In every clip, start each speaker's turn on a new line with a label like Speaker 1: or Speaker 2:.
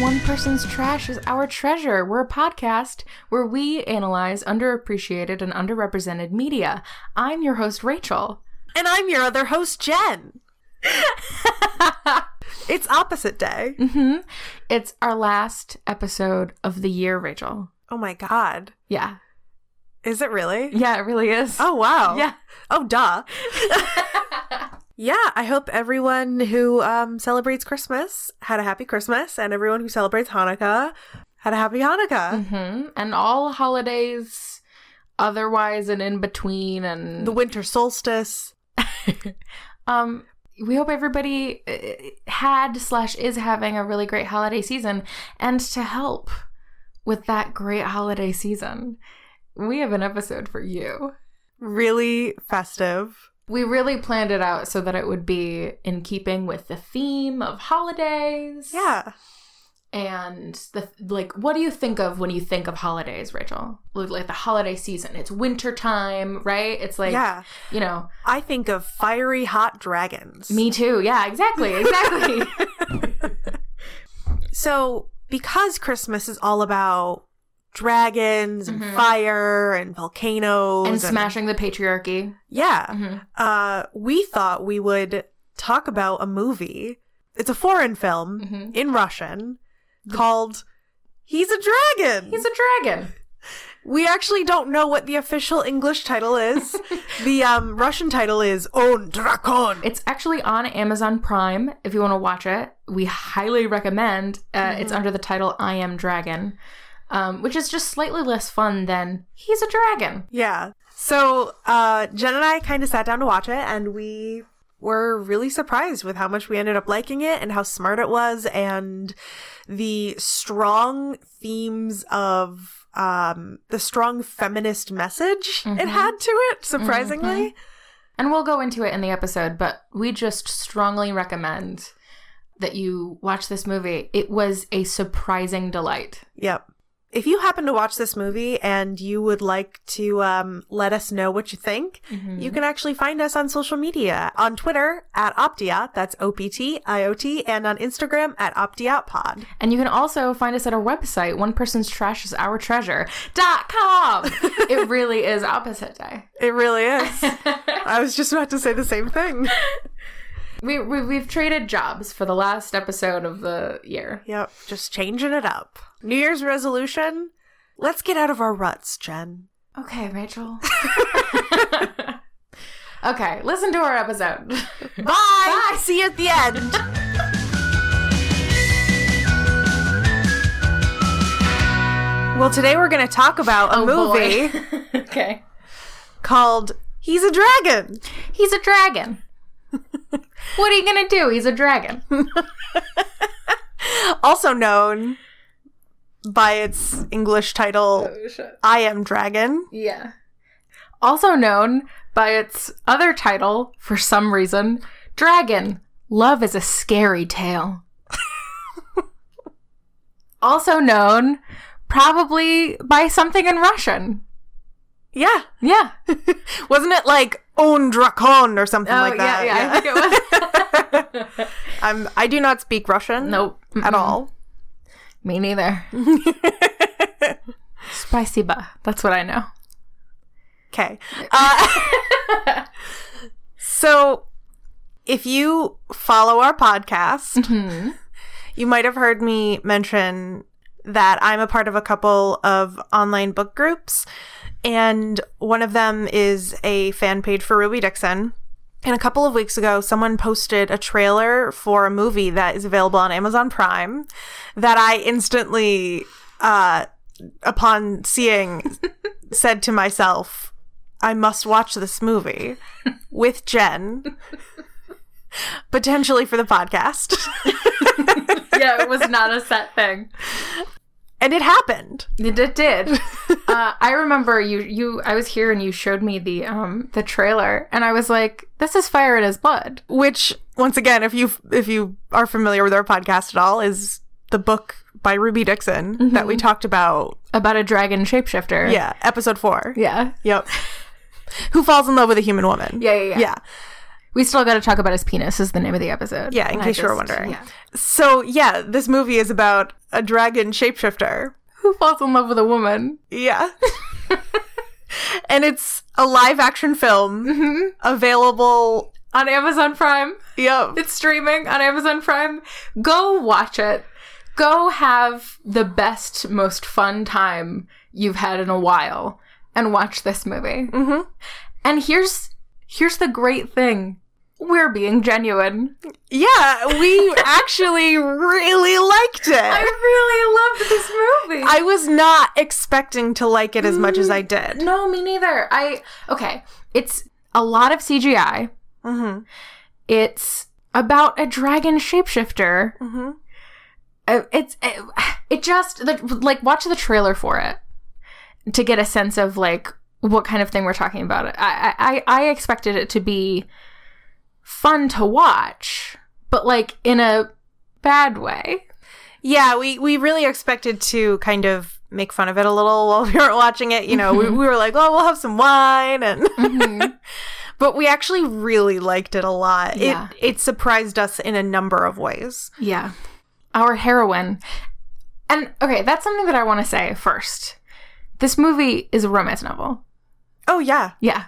Speaker 1: one person's trash is our treasure. We're a podcast where we analyze underappreciated and underrepresented media. I'm your host, Rachel.
Speaker 2: And I'm your other host, Jen. it's opposite day.
Speaker 1: hmm It's our last episode of the year, Rachel.
Speaker 2: Oh my God.
Speaker 1: Yeah.
Speaker 2: Is it really?
Speaker 1: Yeah, it really is.
Speaker 2: Oh, wow.
Speaker 1: yeah.
Speaker 2: Oh, duh. yeah, I hope everyone who um, celebrates Christmas had a happy Christmas and everyone who celebrates Hanukkah had a happy Hanukkah.
Speaker 1: hmm And all holidays, otherwise and in between, and
Speaker 2: The winter solstice.
Speaker 1: Um, we hope everybody uh, had slash is having a really great holiday season. And to help with that great holiday season, we have an episode for you.
Speaker 2: Really festive.
Speaker 1: We really planned it out so that it would be in keeping with the theme of holidays.
Speaker 2: Yeah.
Speaker 1: And the like what do you think of when you think of holidays, Rachel? Like the holiday season. It's winter time, right? It's like
Speaker 2: yeah.
Speaker 1: you know,
Speaker 2: I think of fiery hot dragons.
Speaker 1: me too. Yeah, exactly. Exactly.
Speaker 2: So, because Christmas is all about dragons and
Speaker 1: Mhm.
Speaker 2: fire and volcanoes
Speaker 1: and smashing the patriarchy.
Speaker 2: yeah,
Speaker 1: Mhm.
Speaker 2: uh, we thought we would talk about a movie. It's a foreign film
Speaker 1: Mhm.
Speaker 2: in Russian called "He's a Dragon."
Speaker 1: He's a dragon.
Speaker 2: we actually don't know what the official English title is. the um, Russian title is "On Drakon."
Speaker 1: It's actually on Amazon Prime if you want to watch it. We highly recommend. Uh, It's under the title I Am Dragon, um, which is just slightly less fun than He's a Dragon.
Speaker 2: Yeah. So uh, Jen and I kind of sat down to watch it, and we were really surprised with how much we ended up liking it and how smart it was, and the strong themes of um, the strong feminist message it
Speaker 1: Mhm.
Speaker 2: had to it, surprisingly.
Speaker 1: And we'll go into it in the episode, but we just strongly recommend that you watch this movie. It was a surprising delight.
Speaker 2: Yep. If you happen to watch this movie and you would like to um, let us know what you think, you can actually find us on social media on Twitter at Optia, that's O P T I O T, and on Instagram at Optia Pod.
Speaker 1: And you can also find us at our website, one person's trash is our treasure.com. it really is opposite day.
Speaker 2: It really is. I was just about to say the same thing.
Speaker 1: We, we we've traded jobs for the last episode of the year.
Speaker 2: Yep, just changing it up. New Year's resolution. Let's get out of our ruts, Jen.
Speaker 1: Okay, Rachel. okay, listen to our episode.
Speaker 2: Bye. See you at the end. well, today we're going to talk about a movie
Speaker 1: okay.
Speaker 2: called He's a Dragon.
Speaker 1: He's a dragon. what are you gonna do? He's a dragon.
Speaker 2: Also known by its English title I Am Dragon.
Speaker 1: Yeah. Also known by its other title, for some reason, Dragon. Love is a scary tale. also known probably by something in Russian.
Speaker 2: Yeah.
Speaker 1: Yeah.
Speaker 2: Wasn't it like On Drakon or
Speaker 1: Oh,
Speaker 2: something like that?
Speaker 1: I think it was.
Speaker 2: I'm I do not speak Russian.
Speaker 1: nope.
Speaker 2: At all.
Speaker 1: Me neither. Spicy ba. That's what I know.
Speaker 2: Okay. Uh, so if you follow our podcast, you might have heard me mention that I'm a part of a couple of online book groups, and one of them is a fan page for Ruby Dixon. And a couple of weeks ago, someone posted a trailer for a movie that is available on Amazon Prime that I instantly, uh, upon seeing, said to myself, I must watch this movie with Jen, potentially for the podcast.
Speaker 1: Yeah, it was not a set thing.
Speaker 2: and it happened.
Speaker 1: It did- did. uh, I remember you. You. I was here, and you showed me the um the trailer, and I was like, "This is fire in his blood."
Speaker 2: Which, once again, if you if you are familiar with our podcast at all, is the book by Ruby Dixon that
Speaker 1: Mm-hmm.
Speaker 2: we talked about.
Speaker 1: About a dragon shapeshifter.
Speaker 2: Yeah, episode four.
Speaker 1: Yeah.
Speaker 2: Yep. Who falls in love with a human woman?
Speaker 1: Yeah, yeah, yeah.
Speaker 2: yeah.
Speaker 1: We still got to talk about his penis. Is the name of the episode?
Speaker 2: Yeah, in
Speaker 1: And I
Speaker 2: case you were
Speaker 1: just-
Speaker 2: wondering.
Speaker 1: yeah.
Speaker 2: So, yeah, this movie is about a dragon shapeshifter.
Speaker 1: who falls in love with a woman?
Speaker 2: Yeah. and it's a live action film
Speaker 1: Mm-hmm.
Speaker 2: available.
Speaker 1: on Amazon Prime.
Speaker 2: Yep.
Speaker 1: It's streaming on Amazon Prime. Go watch it. Go have the best, most fun time you've had in a while and watch this movie.
Speaker 2: hmm
Speaker 1: And here's here's the great thing. We're being genuine.
Speaker 2: Yeah, we actually really liked
Speaker 1: I
Speaker 2: it.
Speaker 1: really loved this movie.
Speaker 2: I was not expecting to like it as much as I did.
Speaker 1: no, me neither. I okay. It's a lot of CGI. Mm-hmm.
Speaker 2: hmm
Speaker 1: It's about a dragon shapeshifter.
Speaker 2: hmm
Speaker 1: Uh, it's it, it just the, like watch the trailer for it to get a sense of like what kind of thing we're talking about. I I, I expected it to be fun to watch, but like in a bad way.
Speaker 2: Yeah, we, we really expected to kind of make fun of it a little while we were watching it. You know, we, we were like, oh, we'll have some wine. And
Speaker 1: Mm-hmm.
Speaker 2: But we actually really liked it a lot.
Speaker 1: Yeah.
Speaker 2: It, it surprised us in a number of ways.
Speaker 1: Yeah. Our heroine. And okay, that's something that I want to say first. This movie is a romance novel.
Speaker 2: Oh, yeah.
Speaker 1: Yeah.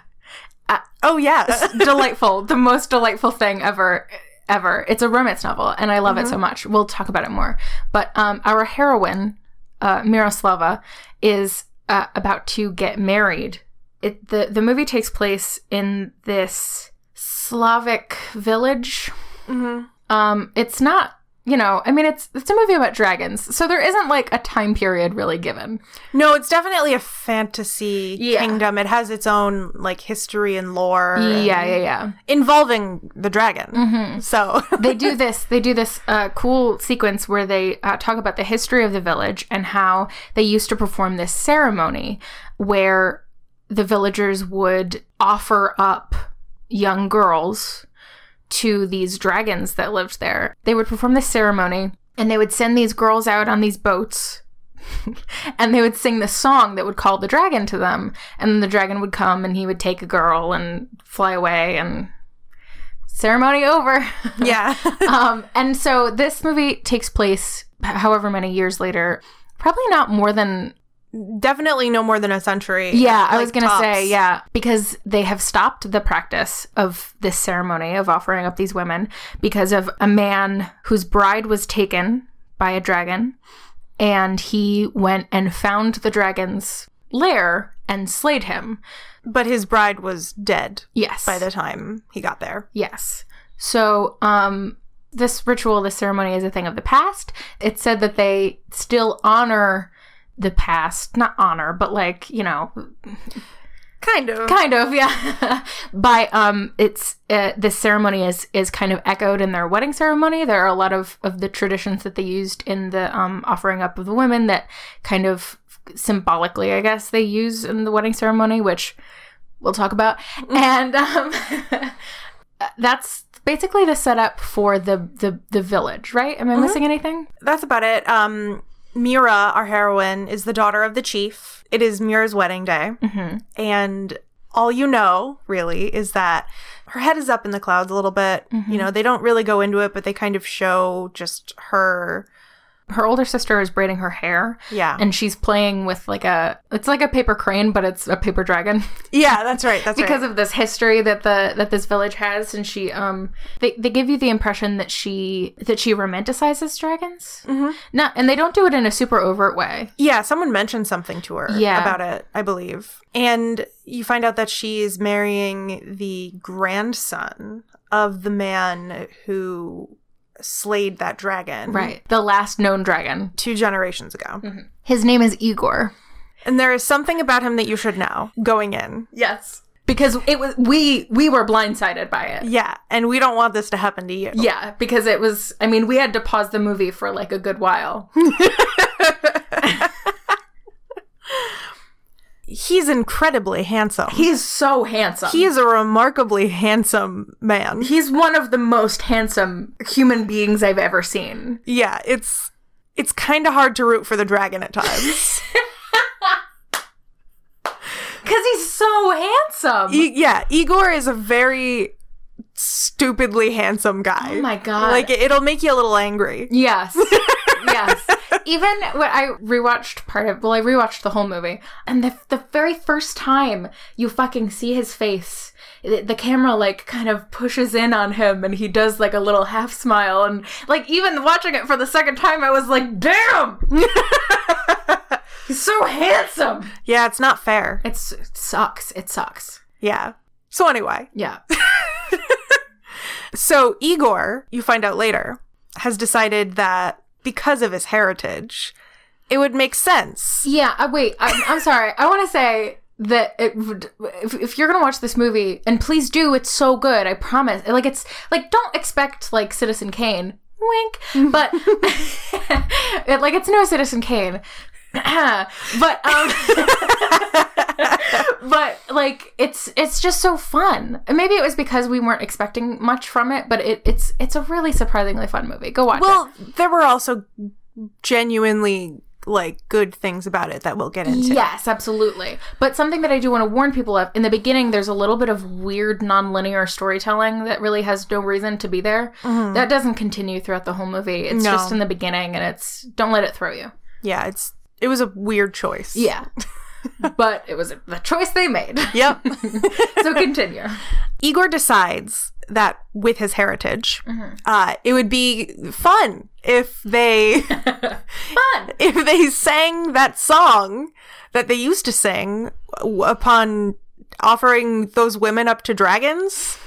Speaker 2: Oh, yeah.
Speaker 1: delightful, the most delightful thing ever ever. It's a romance novel and I love it so much. We'll talk about it more. But um our heroine, uh Miroslava is uh, about to get married. It the the movie takes place in this Slavic village.
Speaker 2: hmm
Speaker 1: Um it's not you know, I mean, it's it's a movie about dragons, so there isn't like a time period really given.
Speaker 2: No, it's definitely a fantasy
Speaker 1: Yeah.
Speaker 2: kingdom. It has its own like history and lore. and-
Speaker 1: Yeah, yeah, yeah.
Speaker 2: Involving the dragon.
Speaker 1: Mm-hmm.
Speaker 2: So
Speaker 1: they do this they do this uh, cool sequence where they uh, talk about the history of the village and how they used to perform this ceremony where the villagers would offer up young girls to these dragons that lived there they would perform this ceremony and they would send these girls out on these boats and they would sing this song that would call the dragon to them and then the dragon would come and he would take a girl and fly away and ceremony over
Speaker 2: yeah,
Speaker 1: um, and so this movie takes place h- however many years later. Probably not more than
Speaker 2: definitely no more than a century.
Speaker 1: yeah, I
Speaker 2: like,
Speaker 1: was gonna
Speaker 2: tops.
Speaker 1: say yeah because they have stopped the practice of this ceremony of offering up these women because of a man whose bride was taken by a dragon, and he went and found the dragon's lair and slayed him.
Speaker 2: But his bride was dead
Speaker 1: Yes,
Speaker 2: by the time he got there.
Speaker 1: Yes. So, um, this ritual, this ceremony is a thing of the past. It's said that they still honor the past, not honor, but like, you know,
Speaker 2: Kind of.
Speaker 1: kind of, yeah. By, um, it's, uh, this ceremony is, is kind of echoed in their wedding ceremony. There are a lot of, of the traditions that they used in the, um, offering up of the women that kind of symbolically, I guess, they use in the wedding ceremony, which we'll talk about. And, um, that's basically the setup for the the, the village, right? Am I missing anything?
Speaker 2: That's about it. Um, Mira, our heroine, is the daughter of the chief. It is Mira's wedding day.
Speaker 1: Mm-hmm.
Speaker 2: and all you know really is that her head is up in the clouds a little bit
Speaker 1: Mm-hmm.
Speaker 2: you know they don't really go into it but they kind of show just her
Speaker 1: Her older sister is braiding her hair,
Speaker 2: yeah
Speaker 1: and she's playing with like a it's like a paper crane, but it's a paper dragon
Speaker 2: yeah that's right that's
Speaker 1: because
Speaker 2: right.
Speaker 1: of this history that the that this village has. And she um they they give you the impression that she that she romanticizes dragons.
Speaker 2: Mhm.
Speaker 1: No, and they don't do it in a super overt way.
Speaker 2: yeah someone mentioned something to her
Speaker 1: Yeah.
Speaker 2: about it i believe and you find out that she is marrying the grandson of the man who slayed that dragon
Speaker 1: Right, Mm-hmm. the last known dragon.
Speaker 2: two generations ago
Speaker 1: His name is Igor.
Speaker 2: and there is something about him that you should know going in
Speaker 1: Yes, because it was we we were blindsided by it.
Speaker 2: yeah and we don't want this to happen to you
Speaker 1: Yeah, because it was. I mean, we had to pause the movie for like a good while.
Speaker 2: Hmm. he's incredibly handsome. He,
Speaker 1: He's so handsome.
Speaker 2: is a remarkably handsome man.
Speaker 1: he's one of the most handsome human beings I've ever seen.
Speaker 2: Yeah, it's it's kind of hard to root for the dragon at times.
Speaker 1: Cause he's so handsome.
Speaker 2: E- yeah, Igor is a very stupidly handsome guy.
Speaker 1: Oh my God.
Speaker 2: Like it, it'll make you a little angry.
Speaker 1: Yes. yes. Even when I rewatched part of, well, I rewatched the whole movie, and the, the very first time you fucking see his face, the, the camera like kind of pushes in on him and he does like a little half smile. And like even watching it for the second time, I was like, damn! He's so handsome!
Speaker 2: Yeah, it's not fair.
Speaker 1: It's, it sucks. It sucks.
Speaker 2: Yeah. So anyway,
Speaker 1: Yeah.
Speaker 2: so Igor, you find out later, has decided that because of his heritage, it would make sense.
Speaker 1: Yeah, uh, wait. I'm, I'm sorry. I want to say that it, would- if, if you're gonna watch this movie, and please do, it's so good. I promise. Like it's like don't expect like Citizen Kane, wink, but it, like it's no Citizen Kane, but um. but like it's it's just so fun And maybe it was because we weren't expecting much from it but it, it's it's a really surprisingly fun movie go watch
Speaker 2: Well, there were also genuinely like good things about it that we'll get into.
Speaker 1: Yes, absolutely. But something that I do want to warn people of in the beginning, there's a little bit of weird nonlinear storytelling that really has no reason to be there. That doesn't continue throughout the whole movie. It's
Speaker 2: Mm-hmm. No.
Speaker 1: just in the beginning and it's don't let it throw you.
Speaker 2: Yeah, it's it was a weird choice.
Speaker 1: Yeah. but it was the choice they made.
Speaker 2: Yep.
Speaker 1: so continue.
Speaker 2: Igor decides that with his heritage, uh, it would be fun if they
Speaker 1: Fun.
Speaker 2: if they sang that song that they used to sing w- upon offering those women up to dragons.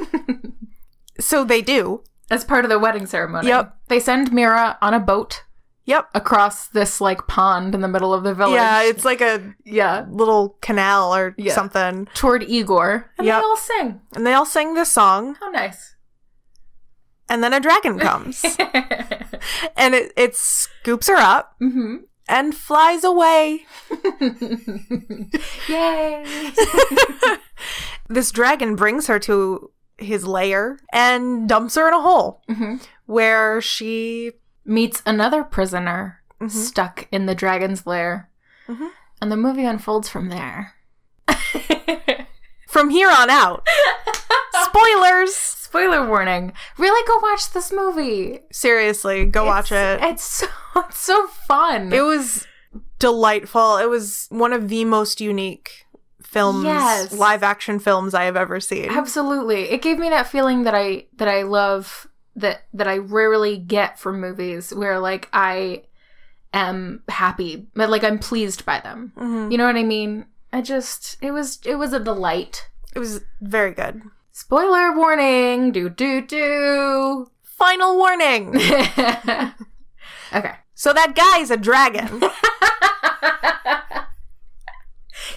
Speaker 2: so they do.
Speaker 1: As part of the wedding ceremony.
Speaker 2: Yep.
Speaker 1: They send Mira on a boat
Speaker 2: Yep.
Speaker 1: across this like pond in the middle of the village.
Speaker 2: Yeah, it's like a
Speaker 1: yeah.
Speaker 2: little canal or
Speaker 1: Yeah.
Speaker 2: something.
Speaker 1: Toward Igor. And
Speaker 2: Yep.
Speaker 1: they all sing.
Speaker 2: And they all sing this song,
Speaker 1: How nice.
Speaker 2: and then a dragon comes
Speaker 1: mm-hmm.
Speaker 2: and it, it scoops her up and flies away.
Speaker 1: Yay!
Speaker 2: This dragon brings her to his lair and dumps her in a hole
Speaker 1: Mhm.
Speaker 2: where she.
Speaker 1: Meets another prisoner
Speaker 2: Mhm.
Speaker 1: stuck in the dragon's lair,
Speaker 2: Mhm.
Speaker 1: and the movie unfolds from there.
Speaker 2: From here on out, spoilers!
Speaker 1: Spoiler warning! Really, go watch this movie.
Speaker 2: Seriously, go watch it.
Speaker 1: It's, it's so it's so fun.
Speaker 2: It was delightful. It was one of the most unique films,
Speaker 1: Yes.
Speaker 2: live action films I have ever seen.
Speaker 1: Absolutely, it gave me that feeling that I that I love that that I rarely get from movies, where like I am happy, but like I'm pleased by them.
Speaker 2: Mhm.
Speaker 1: You know what I mean? I just it was it was a delight.
Speaker 2: It was very good.
Speaker 1: Spoiler warning. Do do do.
Speaker 2: Final warning!
Speaker 1: okay.
Speaker 2: So that guy's a dragon.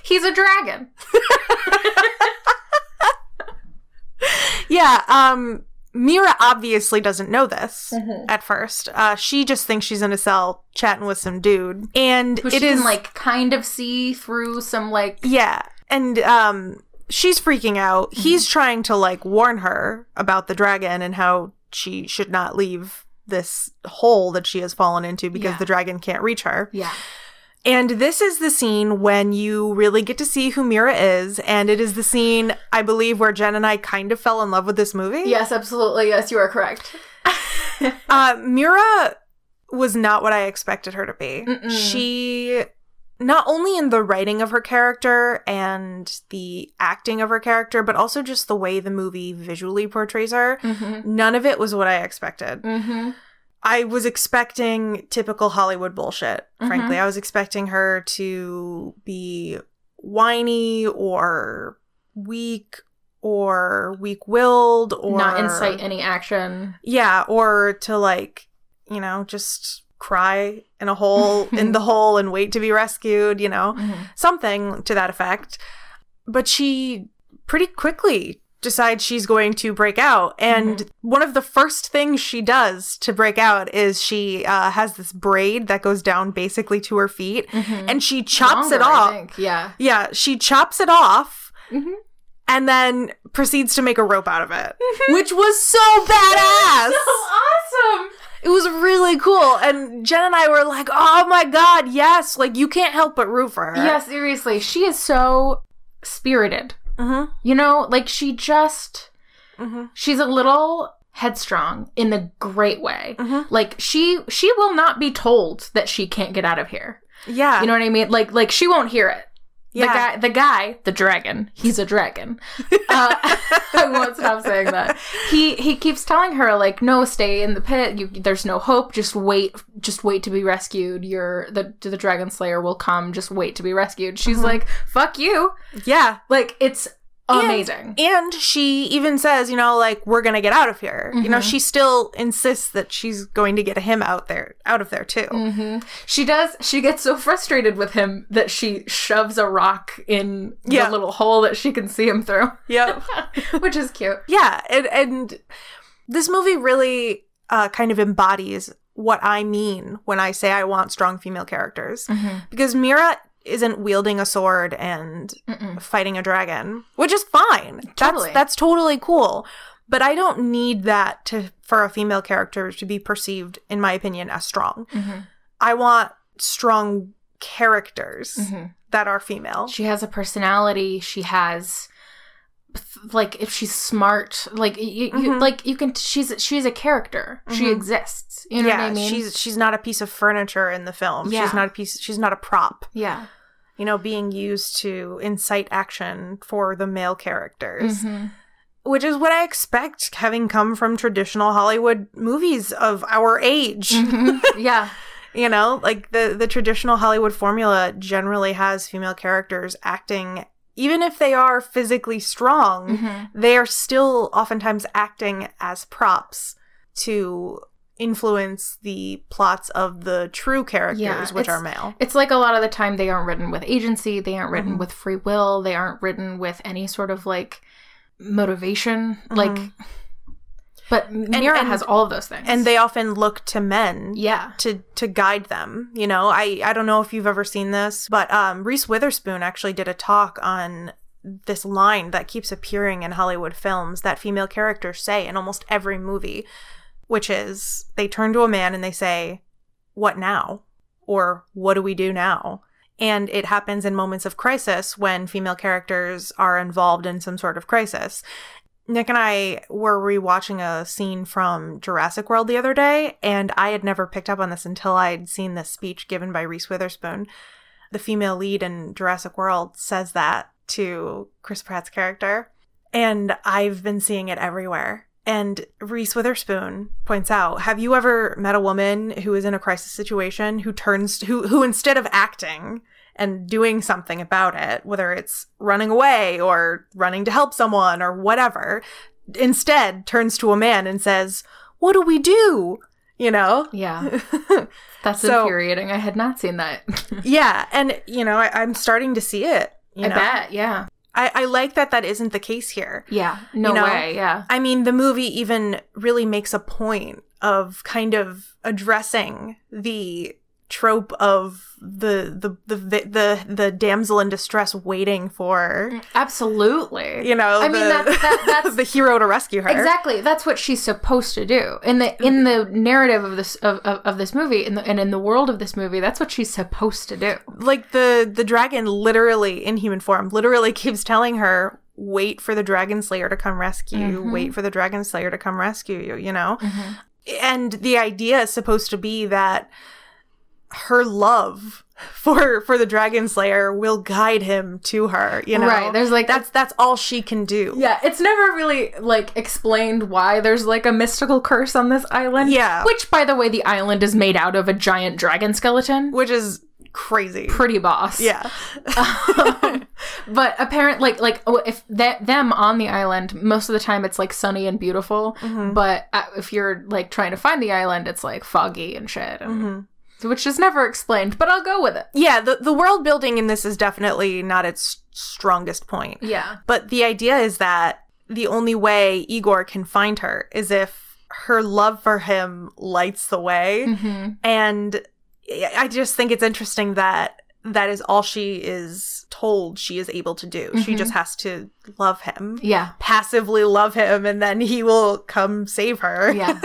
Speaker 1: He's a dragon.
Speaker 2: yeah, um Mira obviously doesn't know this at first. Uh she just thinks she's in a cell chatting with some dude. And
Speaker 1: Who
Speaker 2: it
Speaker 1: she
Speaker 2: is
Speaker 1: can like kind of see through some like
Speaker 2: Yeah. And um she's freaking out.
Speaker 1: Mm-hmm.
Speaker 2: He's trying to like warn her about the dragon and how she should not leave this hole that she has fallen into because
Speaker 1: Yeah.
Speaker 2: the dragon can't reach her.
Speaker 1: yeah.
Speaker 2: And this is the scene when you really get to see who Mira is and it is the scene I believe where Jen and I kind of fell in love with this movie.
Speaker 1: Yes, absolutely. Yes, you are correct.
Speaker 2: Uh, Mira was not what I expected her to be.
Speaker 1: Mm-mm.
Speaker 2: She, not only in the writing of her character and the acting of her character, but also just the way the movie visually portrays her,
Speaker 1: Mhm.
Speaker 2: none of it was what I expected.
Speaker 1: Mhm.
Speaker 2: I was expecting typical Hollywood bullshit,
Speaker 1: Mm-hmm.
Speaker 2: frankly. I was expecting her to be whiny or weak or weak willed or
Speaker 1: Not incite any action.
Speaker 2: yeah, or to like, you know, just cry in a hole in the hole and wait to be rescued, you know,
Speaker 1: Mhm.
Speaker 2: something to that effect. But she pretty quickly decides she's going to break out and
Speaker 1: Mm-hmm.
Speaker 2: one of the first things she does to break out is she uh, has this braid that goes down basically to her feet
Speaker 1: Mhm.
Speaker 2: and she chops it
Speaker 1: Longer, I
Speaker 2: off Mm-hmm.
Speaker 1: think. Yeah.
Speaker 2: yeah she chops it off
Speaker 1: Mhm.
Speaker 2: and then proceeds to make a rope out of it which was so badass
Speaker 1: awesome.
Speaker 2: It was really cool. And Jen and I were like, oh my God, yes. Like, you can't help but root for her.
Speaker 1: Yeah, seriously. She is so spirited.
Speaker 2: Mm-hmm.
Speaker 1: You know, like she just
Speaker 2: Mhm.
Speaker 1: She's a little headstrong in a great way.
Speaker 2: Mhm.
Speaker 1: Like she she will not be told that she can't get out of here.
Speaker 2: Yeah.
Speaker 1: You know what I mean? Like like she won't hear it.
Speaker 2: yeah.
Speaker 1: The guy the guy, the dragon. He's a dragon. Uh, I won't stop saying that. He he keeps telling her like, "No, stay in the pit. You, there's no hope. Just wait. Just wait to be rescued. Your the the dragon slayer will come. Just wait to be rescued." She's
Speaker 2: Mhm.
Speaker 1: like, "Fuck you."
Speaker 2: Yeah.
Speaker 1: Like it's
Speaker 2: And-
Speaker 1: amazing.
Speaker 2: And she even says, you know, like we're gonna get out of here. You know,
Speaker 1: Mhm.
Speaker 2: she still insists that she's going to get him out there, out of there too.
Speaker 1: hmm She does. She gets so frustrated with him that she shoves a rock in
Speaker 2: Yeah.
Speaker 1: the little hole that she can see him through,
Speaker 2: Yep.
Speaker 1: which is cute.
Speaker 2: yeah, and and this movie really uh, kind of embodies what I mean when I say I want strong female characters because Mira isn't wielding a sword and
Speaker 1: Mm-mm.
Speaker 2: fighting a dragon, which is fine.
Speaker 1: Totally.
Speaker 2: That's that's totally cool. But I don't need that to for a female character to be perceived, in my opinion, as strong.
Speaker 1: Mhm.
Speaker 2: I want strong characters
Speaker 1: Mhm.
Speaker 2: that are female.
Speaker 1: She has a personality. She has th- like if she's smart, like you, you
Speaker 2: Mhm.
Speaker 1: like you can. She's she's a character. She
Speaker 2: Mhm.
Speaker 1: exists. You know
Speaker 2: yeah,
Speaker 1: what I mean?
Speaker 2: she's she's not a piece of furniture in the film.
Speaker 1: Yeah.
Speaker 2: She's not a piece. She's not a prop.
Speaker 1: yeah.
Speaker 2: You know, being used to incite action for the male characters.
Speaker 1: Mhm.
Speaker 2: which is what I expect having come from traditional Hollywood movies of our age.
Speaker 1: Mhm. yeah.
Speaker 2: You know, like the the traditional Hollywood formula generally has female characters acting even if they are physically strong,
Speaker 1: Mhm.
Speaker 2: they are still oftentimes acting as props to influence the plots of the true characters
Speaker 1: Yeah,
Speaker 2: which
Speaker 1: it's-
Speaker 2: are male.
Speaker 1: It's like a lot of the time they aren't written with agency. They aren't written
Speaker 2: Mhm.
Speaker 1: with free will. They aren't written with any sort of like motivation. Like,
Speaker 2: Mhm.
Speaker 1: but Mira
Speaker 2: and-
Speaker 1: has all of those things.
Speaker 2: And they often look to men
Speaker 1: yeah.
Speaker 2: to to guide them you know i i don't know if you've ever seen this but um reese witherspoon actually did a talk on this line that keeps appearing in hollywood films that female characters say in almost every movie which is they turn to a man and they say what now or what do we do now and it happens in moments of crisis when female characters are involved in some sort of crisis Nick and I were rewatching a scene from Jurassic World the other day, and I had never picked up on this until I'd seen this speech given by Reese Witherspoon. The female lead in Jurassic World says that to Chris Pratt's character, and I've been seeing it everywhere. And Reese Witherspoon points out, have you ever met a woman who is in a crisis situation who turns who who instead of acting and doing something about it, whether it's running away or running to help someone or whatever, instead turns to a man and says, What do we do? You know?
Speaker 1: Yeah. That's
Speaker 2: So-
Speaker 1: infuriating. I had not seen that.
Speaker 2: yeah. And, you know, I, I'm starting to see it. You
Speaker 1: I
Speaker 2: know?
Speaker 1: bet. Yeah.
Speaker 2: I, I like that that isn't the case here.
Speaker 1: Yeah. No
Speaker 2: You know?
Speaker 1: way. Yeah.
Speaker 2: I mean, the movie even really makes a point of kind of addressing the trope of the the the the, the damsel in distress waiting for
Speaker 1: Absolutely.
Speaker 2: you know
Speaker 1: I mean,
Speaker 2: the,
Speaker 1: that's- that- that's-
Speaker 2: the hero to rescue her
Speaker 1: Exactly. That's what she's supposed to do. In the in the narrative of this of, of, of this movie in the, and in the world of this movie, that's what she's supposed to do.
Speaker 2: like the the dragon literally in human form literally keeps telling her wait for the dragon slayer to come rescue you
Speaker 1: Mhm.
Speaker 2: wait for the dragon slayer to come rescue you you know and the idea is supposed to be that her love for for the dragon slayer will guide him to her you know
Speaker 1: Right. There's like
Speaker 2: that's that's all she can do
Speaker 1: Yeah, it's never really like explained why there's like a mystical curse on this island.
Speaker 2: Yeah.
Speaker 1: Which by the way, the island is made out of a giant dragon skeleton.
Speaker 2: which is crazy
Speaker 1: Pretty boss.
Speaker 2: yeah
Speaker 1: But apparent like like oh, if that them on the island, most of the time it's like sunny and beautiful.
Speaker 2: Mm-hmm.
Speaker 1: But uh, if you're like trying to find the island, it's like foggy and shit,
Speaker 2: Mm-hmm.
Speaker 1: and, which is never explained. But I'll go with it.
Speaker 2: yeah the, the world building in this is definitely not its strongest point
Speaker 1: Yeah.
Speaker 2: But the idea is that the only way Igor can find her is if her love for him lights the way.
Speaker 1: hmm
Speaker 2: And I I just think it's interesting that that is all she is told she is able to do. She
Speaker 1: Mhm.
Speaker 2: just has to love him,
Speaker 1: Yeah.
Speaker 2: passively love him, and then he will come save her.
Speaker 1: Yeah.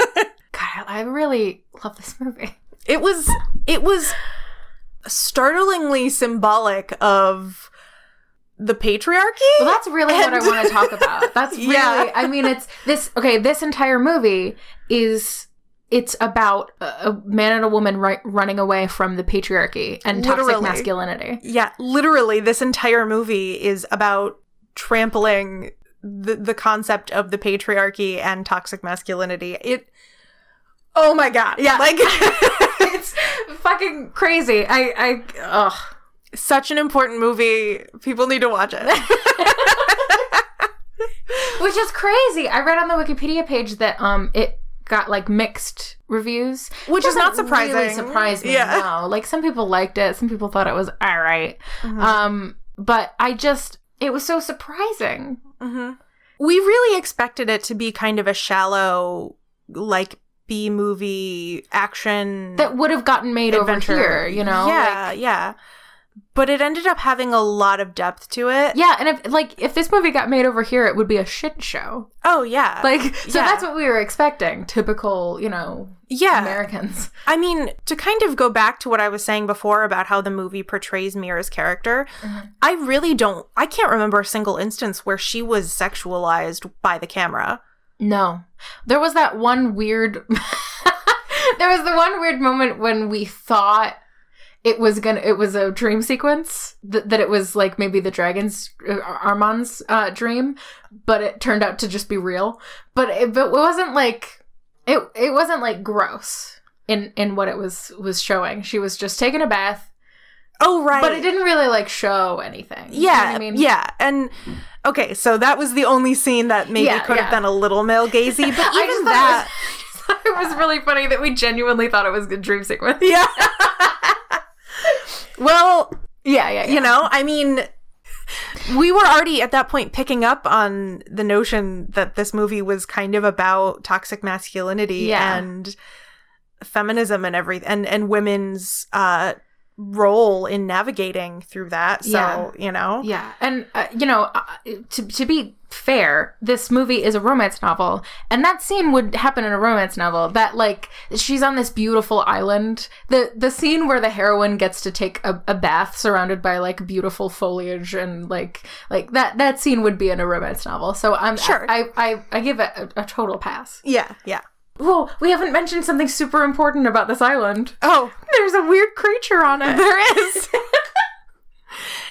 Speaker 1: God, I really love this movie.
Speaker 2: It was it was startlingly symbolic of the patriarchy.
Speaker 1: Well, that's really what I
Speaker 2: And-
Speaker 1: want to talk about. That's really,
Speaker 2: Yeah.
Speaker 1: I mean, it's this, okay, this entire movie is, it's about a, a man and a woman ri- running away from the patriarchy and toxic
Speaker 2: Literally.
Speaker 1: masculinity.
Speaker 2: yeah, literally, this entire movie is about trampling the the concept of the patriarchy and toxic masculinity. It. Oh my god! Yeah, like
Speaker 1: It's fucking crazy. I, I, ugh.
Speaker 2: such an important movie. People need to watch it.
Speaker 1: Which is crazy. I read on the Wikipedia page that, um, it got like mixed reviews.
Speaker 2: Which is not
Speaker 1: Doesn't
Speaker 2: surprising.
Speaker 1: Really surprised me.
Speaker 2: Yeah.
Speaker 1: No, like some people liked it. Some people thought it was all right.
Speaker 2: Mm-hmm. Hmm.
Speaker 1: Um, but I just, it was so surprising. Uh-huh.
Speaker 2: hmm We really expected it to be kind of a shallow, like B movie action
Speaker 1: that would have gotten made
Speaker 2: adventure.
Speaker 1: over here, you know?
Speaker 2: Yeah, yeah. But it ended up having a lot of depth to it.
Speaker 1: Like- yeah, and if like if this movie got made over here, it would be a shit show.
Speaker 2: Oh yeah.
Speaker 1: Like, so
Speaker 2: Yeah.
Speaker 1: that's what we were expecting. Typical, you know,
Speaker 2: yeah.
Speaker 1: Americans.
Speaker 2: I mean, to kind of go back to what I was saying before about how the movie portrays Mira's character,
Speaker 1: Mhm.
Speaker 2: I really don't I can't remember a single instance where she was sexualized by the camera.
Speaker 1: No, there was that one weird. there was the one weird moment when we thought it was gonna. It was a dream sequence th- that it was like maybe the dragon's uh, Armand's uh, dream, but it turned out to just be real. But it, but it wasn't like it. It wasn't like gross in in what it was was showing. She was just taking a bath,
Speaker 2: Oh right.
Speaker 1: but it didn't really like show anything. You know
Speaker 2: Yeah,
Speaker 1: what I mean,
Speaker 2: yeah, and okay, so that was the only scene that maybe
Speaker 1: Yeah,
Speaker 2: could
Speaker 1: yeah.
Speaker 2: have been a little male gazy, but even
Speaker 1: I just
Speaker 2: that,
Speaker 1: thought it was- it was really funny that we genuinely thought it was a dream sequence.
Speaker 2: yeah. well,
Speaker 1: Yeah, yeah, yeah.
Speaker 2: you know, I mean, we were already at that point picking up on the notion that this movie was kind of about toxic masculinity
Speaker 1: Yeah.
Speaker 2: and feminism and every and and women's uh role in navigating through that. So,
Speaker 1: Yeah.
Speaker 2: you know.
Speaker 1: Yeah, and uh, you know, uh, to to be fair, this movie is a romance novel, and that scene would happen in a romance novel. That like she's on this beautiful island. the The scene where the heroine gets to take a, a bath surrounded by like beautiful foliage and like like that that scene would be in a romance novel. So I'm
Speaker 2: Sure.
Speaker 1: I I, I, I give it a, a total pass.
Speaker 2: Yeah, yeah.
Speaker 1: Whoa, we haven't mentioned something super important about this island.
Speaker 2: Oh,
Speaker 1: There's a weird creature on it.
Speaker 2: There is.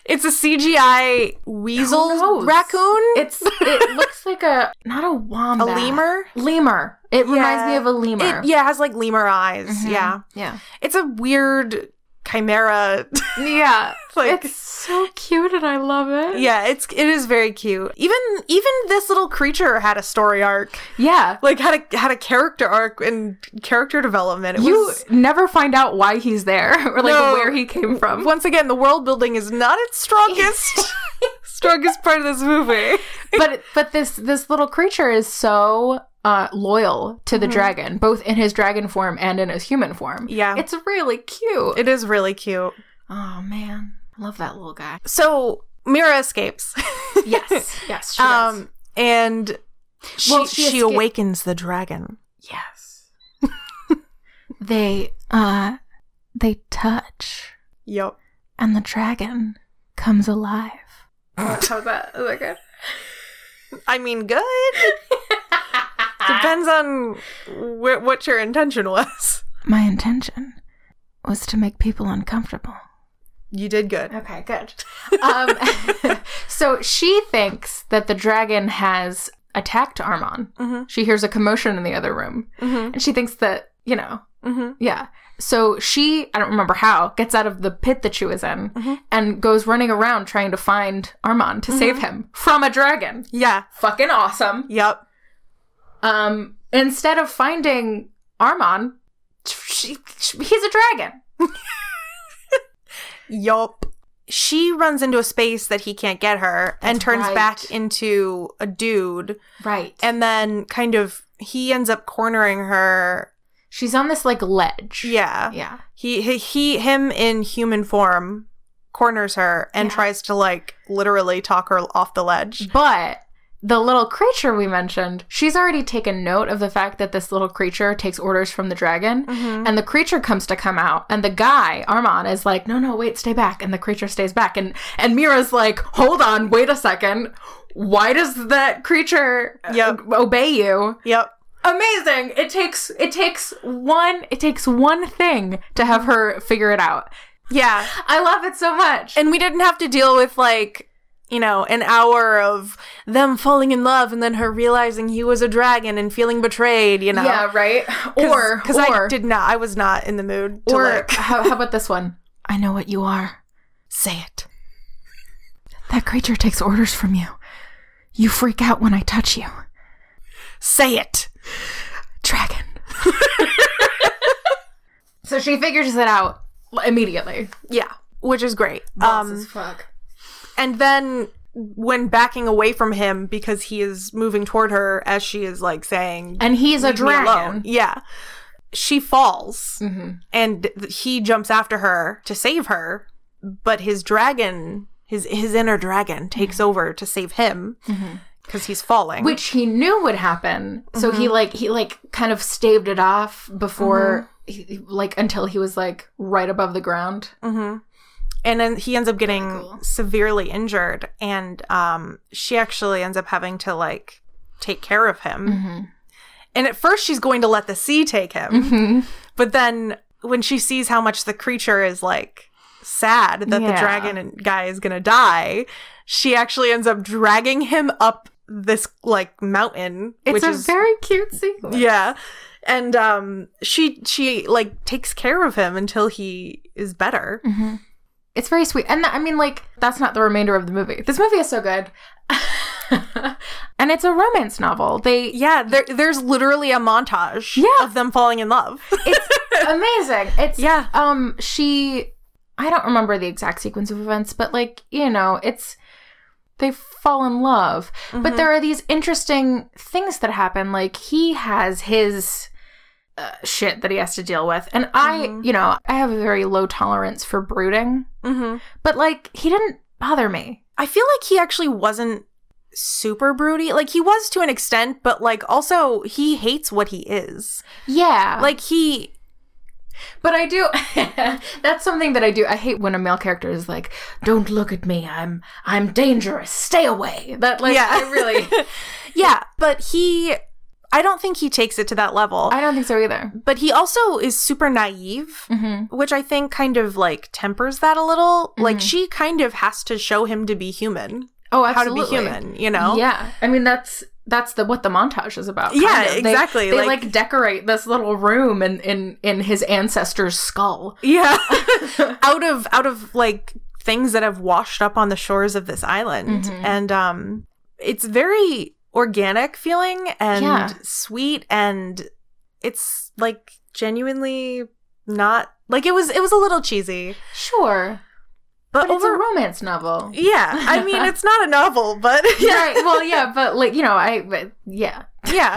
Speaker 2: it's a CGI weasel
Speaker 1: knows?
Speaker 2: raccoon.
Speaker 1: It's it looks like a not a
Speaker 2: a
Speaker 1: wombat.
Speaker 2: lemur.
Speaker 1: Lemur. It reminds me of a lemur. Mm-hmm.
Speaker 2: It yeah it has like lemur eyes. Yeah,
Speaker 1: Yeah.
Speaker 2: it's a weird chimera.
Speaker 1: Yeah.
Speaker 2: like
Speaker 1: it's so cute and I love it.
Speaker 2: yeah, it's it is very cute. Even even this little creature had a story arc.
Speaker 1: Yeah.
Speaker 2: Like had a had a character arc and character development. It
Speaker 1: You
Speaker 2: was
Speaker 1: never find out why he's there or like
Speaker 2: No.
Speaker 1: where he came from.
Speaker 2: once again the world building is not its strongest strongest part of this movie.
Speaker 1: but but this this little creature is so uh, loyal to the dragon, both in his dragon form and in his human form.
Speaker 2: Mm-hmm. Yeah.
Speaker 1: It's really cute.
Speaker 2: It is really cute.
Speaker 1: oh man. Love that little guy.
Speaker 2: So Mira escapes.
Speaker 1: Yes. yes. She does.
Speaker 2: Um, and she,
Speaker 1: Well, she
Speaker 2: she,
Speaker 1: escaped-
Speaker 2: awakens the dragon.
Speaker 1: Yes. they uh they touch
Speaker 2: Yep.
Speaker 1: and the dragon comes alive. How's that? Is that good?
Speaker 2: I mean, good. Depends on wh- what your intention was.
Speaker 1: My intention was to make people uncomfortable.
Speaker 2: You did good.
Speaker 1: Okay, good. Um, so she thinks that the dragon has attacked Armon.
Speaker 2: Mhm.
Speaker 1: She hears a commotion in the other room,
Speaker 2: Mm-hmm.
Speaker 1: and she thinks that you know
Speaker 2: Mm-hmm.
Speaker 1: Yeah. So she, I don't remember how, gets out of the pit that she was in
Speaker 2: Mhm.
Speaker 1: and goes running around trying to find Armand to save him from a dragon.
Speaker 2: Yeah.
Speaker 1: Fucking awesome.
Speaker 2: Yep.
Speaker 1: Um, instead of finding Armand, she, she, he's a dragon.
Speaker 2: Yup. She runs into a space that he can't get her and
Speaker 1: That's
Speaker 2: turns
Speaker 1: right.
Speaker 2: back into a dude.
Speaker 1: Right. And
Speaker 2: And then, kind of, he ends up cornering her.
Speaker 1: she's on this like ledge.
Speaker 2: Yeah.
Speaker 1: Yeah.
Speaker 2: He, he, he him in human form corners her and
Speaker 1: Yeah.
Speaker 2: tries to, like, literally talk her off the ledge.
Speaker 1: But the little creature we mentioned, she's already taken note of the fact that this little creature takes orders from the dragon.
Speaker 2: Mm-hmm.
Speaker 1: And the creature comes to come out, and the guy, Armand, is like, No, no, wait, stay back. And the creature stays back. And and Mira's like, Hold on, wait a second. Why does that creature uh,
Speaker 2: Yep.
Speaker 1: obey you?
Speaker 2: Yep.
Speaker 1: amazing it takes it takes one it takes one thing to have her figure it out
Speaker 2: Yeah.
Speaker 1: i love it so much
Speaker 2: And we didn't have to deal with like, you know, an hour of them falling in love and then her realizing he was a dragon and feeling betrayed, you know.
Speaker 1: yeah right or
Speaker 2: because
Speaker 1: or-
Speaker 2: I did not, I was not in the mood to
Speaker 1: or
Speaker 2: like.
Speaker 1: how, how about this one i know what you are say it that creature takes orders from you you freak out when i touch you
Speaker 2: Say it.
Speaker 1: dragon so she figures it out immediately
Speaker 2: Yeah, which is great. Um,
Speaker 1: fuck
Speaker 2: and then when backing away from him because he is moving toward her as she is like saying,
Speaker 1: and he's a
Speaker 2: "Leave me alone."
Speaker 1: dragon
Speaker 2: Yeah, she falls
Speaker 1: Mhm.
Speaker 2: and th- he jumps after her to save her, but his dragon, his his inner dragon, takes over to save him because he's falling.
Speaker 1: which he knew would happen so he like he like kind of staved it off before he- he, like until he was like right above the ground
Speaker 2: Mm-hmm. and then he ends up getting
Speaker 1: Cool.
Speaker 2: severely injured and um she actually ends up having to like take care of him and at first she's going to let the sea take him
Speaker 1: Mm-hmm.
Speaker 2: but then when she sees how much the creature is like sad that the
Speaker 1: Yeah.
Speaker 2: dragon and- guy is gonna die she actually ends up dragging him up this like mountain
Speaker 1: it's
Speaker 2: which
Speaker 1: a
Speaker 2: is
Speaker 1: very cute sequence
Speaker 2: yeah and um she she like takes care of him until he is better
Speaker 1: Mm-hmm. it's very sweet and that, i mean like that's not the remainder of the movie this movie is so good and it's a romance novel they
Speaker 2: Yeah, there, there's literally a montage
Speaker 1: Yeah.
Speaker 2: of them falling in love.
Speaker 1: amazing it's
Speaker 2: yeah.
Speaker 1: um she i don't remember the exact sequence of events but like you know it's they fall in love but there are these interesting things that happen like he has his uh, shit that he has to deal with and i
Speaker 2: Mhm.
Speaker 1: you know i have a very low tolerance for brooding
Speaker 2: hmm
Speaker 1: but like he didn't bother me
Speaker 2: I feel like he actually wasn't super broody. Like he was to an extent, but like also he hates what he is.
Speaker 1: yeah like
Speaker 2: Like he
Speaker 1: but i do that's something that i do i hate when a male character is like don't look at me i'm i'm dangerous stay away that like
Speaker 2: Yeah.
Speaker 1: i really
Speaker 2: Yeah, but he I don't think he takes it to that level.
Speaker 1: i don't think so either
Speaker 2: but he also is super naive,
Speaker 1: mm-hmm.
Speaker 2: which I think kind of like tempers that a little. Like
Speaker 1: Mhm.
Speaker 2: she kind of has to show him to be human.
Speaker 1: oh
Speaker 2: How to be human, you know?
Speaker 1: yeah i mean that's that's the what the montage is about kind
Speaker 2: Yeah,
Speaker 1: of. They-
Speaker 2: exactly,
Speaker 1: they
Speaker 2: like-
Speaker 1: like, decorate this little room in in in his ancestor's skull
Speaker 2: Yeah. out of out of like things that have washed up on the shores of this island.
Speaker 1: Mhm.
Speaker 2: And um it's very organic feeling and
Speaker 1: Yeah.
Speaker 2: sweet and it's like genuinely not like it was it was a little cheesy.
Speaker 1: sure
Speaker 2: But,
Speaker 1: but it's a
Speaker 2: over
Speaker 1: romance novel
Speaker 2: Yeah. I mean it's not a novel, but
Speaker 1: right well yeah but like you know i but yeah
Speaker 2: yeah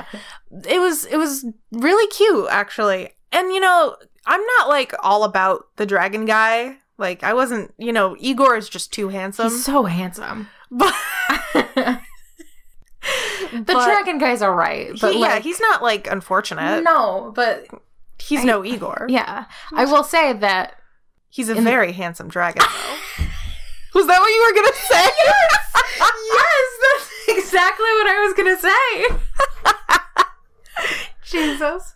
Speaker 2: it was it was really cute actually and you know i'm not like all about the dragon guy like i wasn't you know igor is just too handsome
Speaker 1: he's so handsome
Speaker 2: but
Speaker 1: the
Speaker 2: But-
Speaker 1: dragon guy's all right but
Speaker 2: he- yeah
Speaker 1: like
Speaker 2: he's not like unfortunate
Speaker 1: no but
Speaker 2: he's
Speaker 1: I-
Speaker 2: no igor
Speaker 1: yeah i will say that
Speaker 2: he's a
Speaker 1: In-
Speaker 2: very handsome dragon though was that what you were gonna say
Speaker 1: yes that's exactly what i was gonna say jesus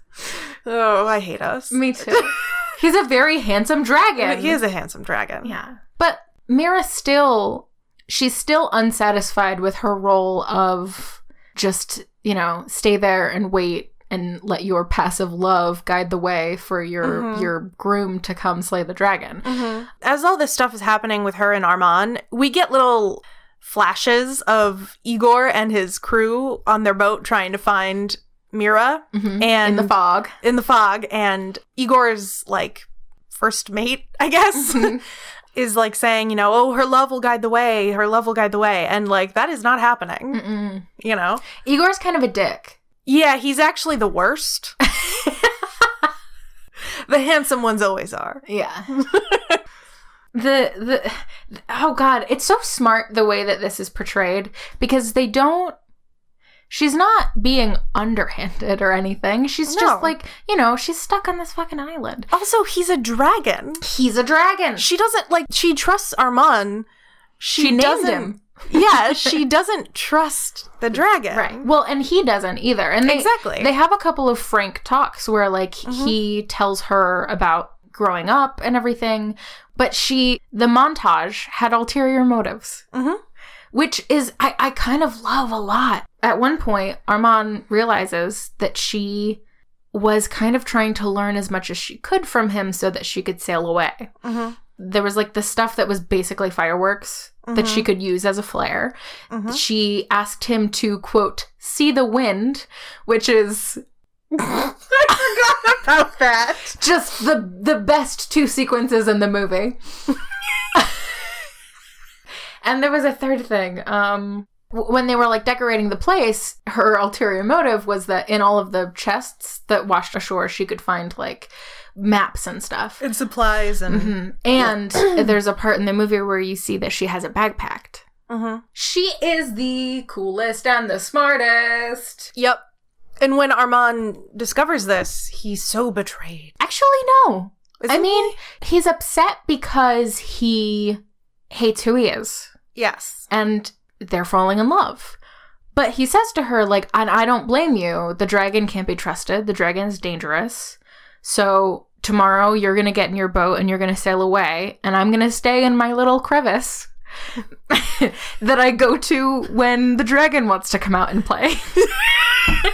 Speaker 2: oh i hate us
Speaker 1: Me too. He's a very handsome dragon.
Speaker 2: he is a handsome dragon
Speaker 1: Yeah. But Mira still, she's still unsatisfied with her role of just, you know, stay there and wait and let your passive love guide the way for your
Speaker 2: Mhm.
Speaker 1: your groom to come slay the dragon.
Speaker 2: Mm-hmm. As all this stuff is happening with her and Armand, we get little flashes of Igor and his crew on their boat trying to find Mira
Speaker 1: Mhm.
Speaker 2: and
Speaker 1: In the fog.
Speaker 2: in the fog and Igor's like first mate, I guess,
Speaker 1: Mhm.
Speaker 2: is like saying, you know, oh, her love will guide the way, her love will guide the way, and like that is not happening,
Speaker 1: Mm-mm.
Speaker 2: you know.
Speaker 1: Igor's kind of a dick.
Speaker 2: Yeah, he's actually the worst. the handsome ones always are.
Speaker 1: Yeah. the the oh god, it's so smart the way that this is portrayed because they don't she's not being underhanded or anything. She's
Speaker 2: No.
Speaker 1: just like, you know, she's stuck on this fucking island.
Speaker 2: Also, he's a dragon.
Speaker 1: He's a dragon.
Speaker 2: She doesn't like she trusts Armand. She,
Speaker 1: She named
Speaker 2: doesn't,
Speaker 1: him.
Speaker 2: yeah, she doesn't trust the dragon.
Speaker 1: Right. Well, and he doesn't either. And they,
Speaker 2: Exactly. Mm-hmm.
Speaker 1: they have a couple of frank talks where like he tells her about growing up and everything, but she the montage had ulterior motives.
Speaker 2: Mhm.
Speaker 1: Which is I, I kind of love a lot. At one point, Armand realizes that she was kind of trying to learn as much as she could from him so that she could sail away
Speaker 2: Mhm.
Speaker 1: there was like the stuff that was basically fireworks that she could use as a flare.
Speaker 2: Mhm.
Speaker 1: She asked him to quote see the wind, which is
Speaker 2: I forgot about that.
Speaker 1: just the the best two sequences in the movie. and there was a third thing. Um w- when they were like decorating the place, her ulterior motive was that in all of the chests that washed ashore, she could find like maps and stuff.
Speaker 2: And supplies and
Speaker 1: hmm And there's a part in the movie where you see that she has a bag packed.
Speaker 2: Mhm.
Speaker 1: She is the coolest and the smartest.
Speaker 2: Yep. And when Armand discovers this, he's so betrayed.
Speaker 1: Actually, no. I
Speaker 2: Isn't
Speaker 1: mean, he's upset because he hates who he is
Speaker 2: Yes.
Speaker 1: and they're falling in love. But he says to her, like, and I don't blame you. The dragon can't be trusted. The dragon is dangerous. So tomorrow you're going to get in your boat and you're going to sail away. And I'm going to stay in my little crevice that I go to when the dragon wants to come out and play. and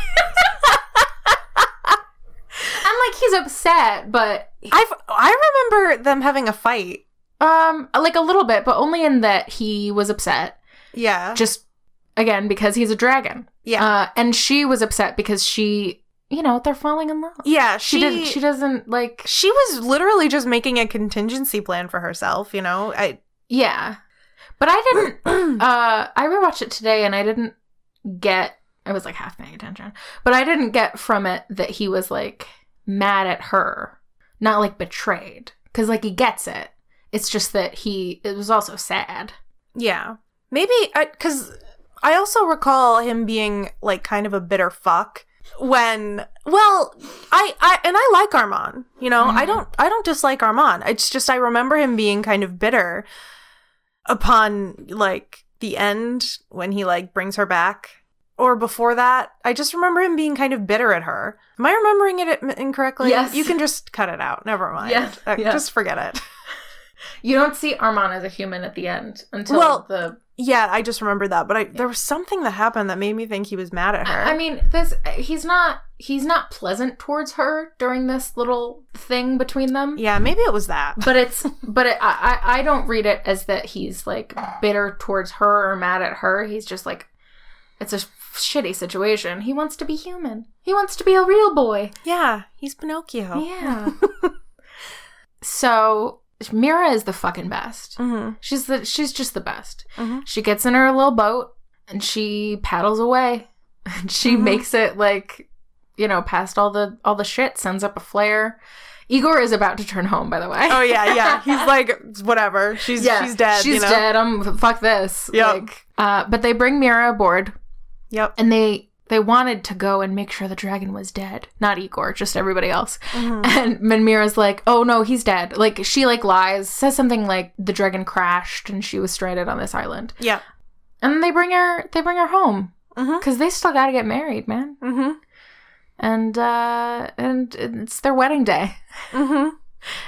Speaker 1: like, he's upset, but
Speaker 2: I've I remember them having a fight.
Speaker 1: um, like a little bit, but only in that he was upset.
Speaker 2: Yeah.
Speaker 1: Just again, because he's a dragon.
Speaker 2: Uh-huh. yeah.
Speaker 1: Uh, and she was upset because she, you know, they're falling in love.
Speaker 2: yeah, she
Speaker 1: She, didn't. She doesn't like.
Speaker 2: she was literally just making a contingency plan for herself, you know? I
Speaker 1: Yeah, but I didn't. uh, I rewatched it today, and I didn't get. I was like half paying attention, but I didn't get from it that he was like mad at her, not like betrayed, because like he gets it. It's just that he. It was also sad.
Speaker 2: Yeah. Maybe because I, also recall him being like kind of a bitter fuck when well I, I and I like Armand, you know. I
Speaker 1: Mhm.
Speaker 2: don't I don't dislike Armand. It's just I remember him being kind of bitter upon like the end when he like brings her back or before that. I just remember him being kind of bitter at her. Am I remembering it incorrectly?
Speaker 1: Yes.
Speaker 2: You can just cut it out. Never mind.
Speaker 1: Yeah,
Speaker 2: Uh,
Speaker 1: yeah.
Speaker 2: Just forget it.
Speaker 1: You don't see Armand as a human at the end until
Speaker 2: Well,
Speaker 1: the
Speaker 2: Yeah, I just remembered that, but I, there was something that happened that made me think he was mad at her.
Speaker 1: I I mean, this he's not he's not pleasant towards her during this little thing between them.
Speaker 2: yeah, maybe it was that.
Speaker 1: But it's but it, I I I don't read it as that he's like bitter towards her or mad at her. He's just like it's a shitty situation. He wants to be human. He wants to be a real boy.
Speaker 2: Yeah, he's Pinocchio.
Speaker 1: Yeah. so Mira is the fucking best.
Speaker 2: hmm
Speaker 1: She's the she's just the best.
Speaker 2: Mhm.
Speaker 1: She gets in her little boat and she paddles away. And she
Speaker 2: Mhm.
Speaker 1: makes it like, you know, past all the all the shit, sends up a flare. Igor is about to turn home, by the way.
Speaker 2: Oh yeah, yeah. He's like whatever. She's she's dead.
Speaker 1: She's
Speaker 2: you know?
Speaker 1: dead. I'm fuck this.
Speaker 2: Yep.
Speaker 1: Like, uh, but they bring Mira aboard,
Speaker 2: Yep.
Speaker 1: and they they wanted to go and make sure the dragon was dead, not Igor, just everybody else.
Speaker 2: Mhm.
Speaker 1: And then Mira's like, oh no, he's dead. Like she like lies, says something like the dragon crashed and she was stranded on this island.
Speaker 2: Yep.
Speaker 1: And then they bring her they bring her home
Speaker 2: Mm-hmm.
Speaker 1: because they still got to get married, man.
Speaker 2: Mm-hmm.
Speaker 1: And uh, and it's their wedding day,
Speaker 2: Mm-hmm.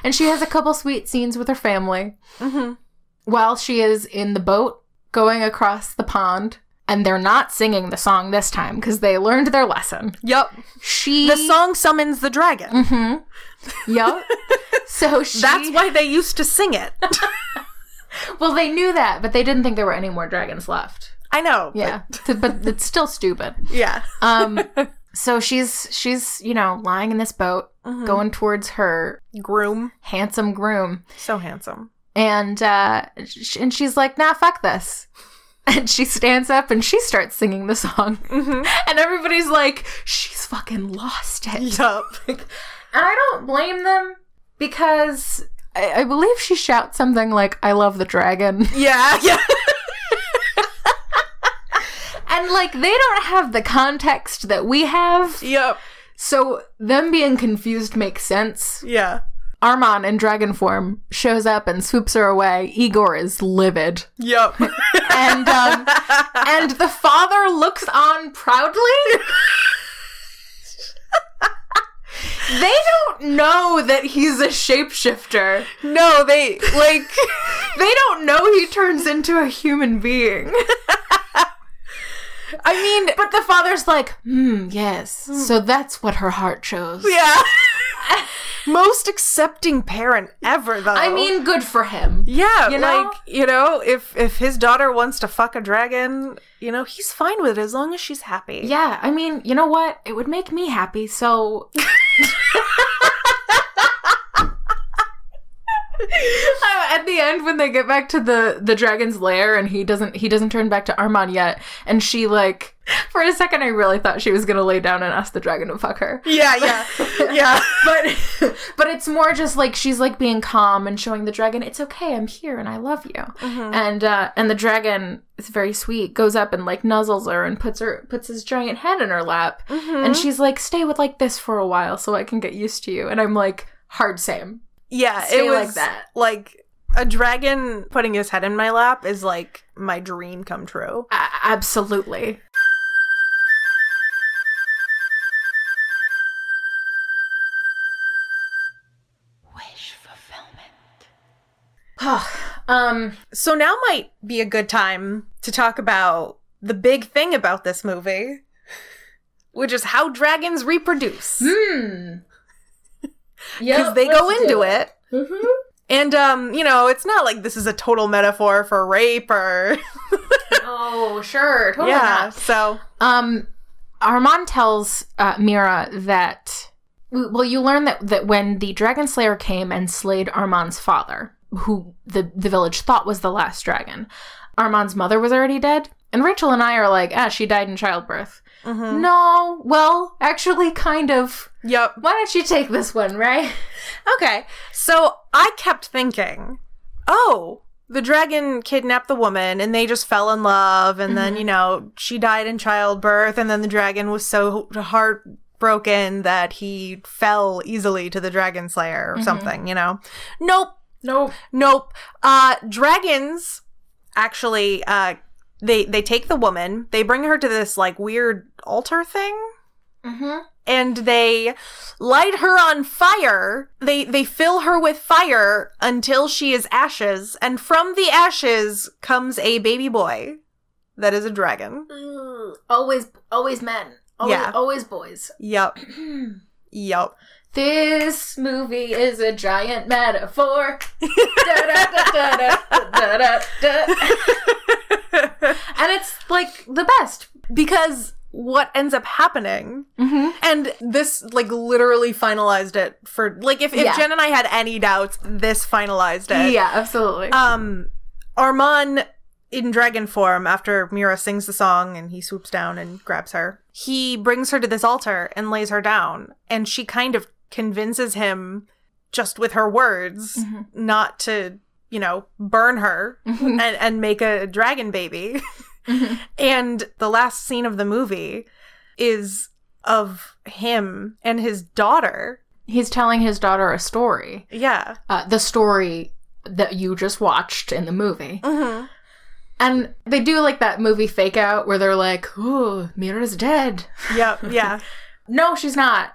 Speaker 1: and she has a couple sweet scenes with her family
Speaker 2: Mm-hmm.
Speaker 1: while she is in the boat going across the pond. And they're not singing the song this time because they learned their lesson.
Speaker 2: Yep.
Speaker 1: She
Speaker 2: The song summons the dragon.
Speaker 1: hmm Yep. so she.
Speaker 2: That's why they used to sing it.
Speaker 1: Well, they knew that, but they didn't think there were any more dragons left.
Speaker 2: I know. but-
Speaker 1: Yeah, but, but it's still stupid.
Speaker 2: yeah.
Speaker 1: Um, so she's she's you know lying in this boat,
Speaker 2: Mhm.
Speaker 1: going towards her
Speaker 2: Groom,
Speaker 1: handsome groom,
Speaker 2: so handsome.
Speaker 1: and uh, sh- and she's like, nah, fuck this. And she stands up and she starts singing the song,
Speaker 2: Mm-hmm.
Speaker 1: and everybody's like, she's fucking lost it.
Speaker 2: Yep.
Speaker 1: And I don't blame them because I, I believe she shouts something like, "I love the dragon,"
Speaker 2: yeah. Yeah.
Speaker 1: and and like they don't have the context that we have.
Speaker 2: Yep.
Speaker 1: So them being confused makes sense.
Speaker 2: Yeah.
Speaker 1: Arman in dragon form shows up and swoops her away. Igor is livid.
Speaker 2: Yep.
Speaker 1: And um, and the father looks on proudly. they don't know that he's a shapeshifter.
Speaker 2: no, they like
Speaker 1: They don't know he turns into a human being.
Speaker 2: I mean
Speaker 1: But the father's like, hmm, yes. So that's what her heart chose.
Speaker 2: Yeah. Most accepting parent ever though.
Speaker 1: I mean, good for him.
Speaker 2: yeah,
Speaker 1: you know?
Speaker 2: like you know, if if his daughter wants to fuck a dragon, you know, he's fine with it as long as she's happy.
Speaker 1: Yeah, I mean, you know what? It would make me happy, so. Oh, At the end, when they get back to the the dragon's lair, and he doesn't he doesn't turn back to Armand yet, and she like for a second I really thought she was gonna lay down and ask the dragon to fuck her,
Speaker 2: Yeah, yeah. yeah.
Speaker 1: but but it's more just like she's like being calm and showing the dragon it's okay I'm here and I love you,
Speaker 2: Mm-hmm.
Speaker 1: and uh, and the dragon is very sweet goes up and like nuzzles her and puts her puts his giant head in her lap, and she's like, "Stay with like this for a while, so I can get used to you." And I'm like, "Hard same." Uh,
Speaker 2: yeah,
Speaker 1: Stay
Speaker 2: it
Speaker 1: like
Speaker 2: was
Speaker 1: that.
Speaker 2: like a dragon putting his head in my lap is like my dream come true.
Speaker 1: A- absolutely. Wish fulfillment. um.
Speaker 2: So now might be a good time to talk about the big thing about this movie, which is how dragons reproduce.
Speaker 1: Hmm.
Speaker 2: Because they go into it.
Speaker 1: Mm-hmm.
Speaker 2: And um, you know, it's not like this is a total metaphor for rape or
Speaker 1: oh, sure. Totally
Speaker 2: yeah.
Speaker 1: not.
Speaker 2: So
Speaker 1: Um, Armand tells uh, Mira that. Well, you learn that, that when the Dragon Slayer came and slayed Armand's father, who the, the village thought was the last dragon, Armand's mother was already dead. And Rachel and I are like, ah, she died in childbirth. Mm-hmm.
Speaker 2: mhm.
Speaker 1: No, well, actually, kind of.
Speaker 2: yep.
Speaker 1: Why don't you take this one, right?
Speaker 2: Okay. So I kept thinking, oh, the dragon kidnapped the woman and they just fell in love and
Speaker 1: Mm-hmm.
Speaker 2: then, you know, she died in childbirth and then the dragon was so heartbroken that he fell easily to the dragon slayer or
Speaker 1: Mhm.
Speaker 2: something, you know. Nope.
Speaker 1: Nope.
Speaker 2: Nope. Uh dragons actually uh they they take the woman, they bring her to this like weird altar thing
Speaker 1: hmm
Speaker 2: and they light her on fire. They they fill her with fire until she is ashes, and from the ashes comes a baby boy that is a dragon.
Speaker 1: Always, always men.
Speaker 2: Always- Yeah.
Speaker 1: always boys.
Speaker 2: Yup. Yup.
Speaker 1: This movie is a giant metaphor. Da-da-da-da-da-da-da-da. and it's like the best.
Speaker 2: because what ends up happening
Speaker 1: Mm-hmm.
Speaker 2: and this like literally finalized it for like if, if
Speaker 1: Yeah.
Speaker 2: Jen and I had any doubts, this finalized it.
Speaker 1: Yeah, absolutely.
Speaker 2: Um, Arman in dragon form, after Mira sings the song and he swoops down and grabs her, he brings her to this altar and lays her down. And she kind of convinces him, just with her words,
Speaker 1: Mhm.
Speaker 2: not to, you know, burn her and, and make a dragon baby.
Speaker 1: Mhm.
Speaker 2: and the last scene of the movie is of him and his daughter.
Speaker 1: He's telling his daughter a story.
Speaker 2: Yeah.
Speaker 1: Uh, the story that you just watched in the movie.
Speaker 2: Mm-hmm.
Speaker 1: And they do like that movie fake out where they're like, ooh, Mira's dead.
Speaker 2: Yep. Yeah.
Speaker 1: No, she's not.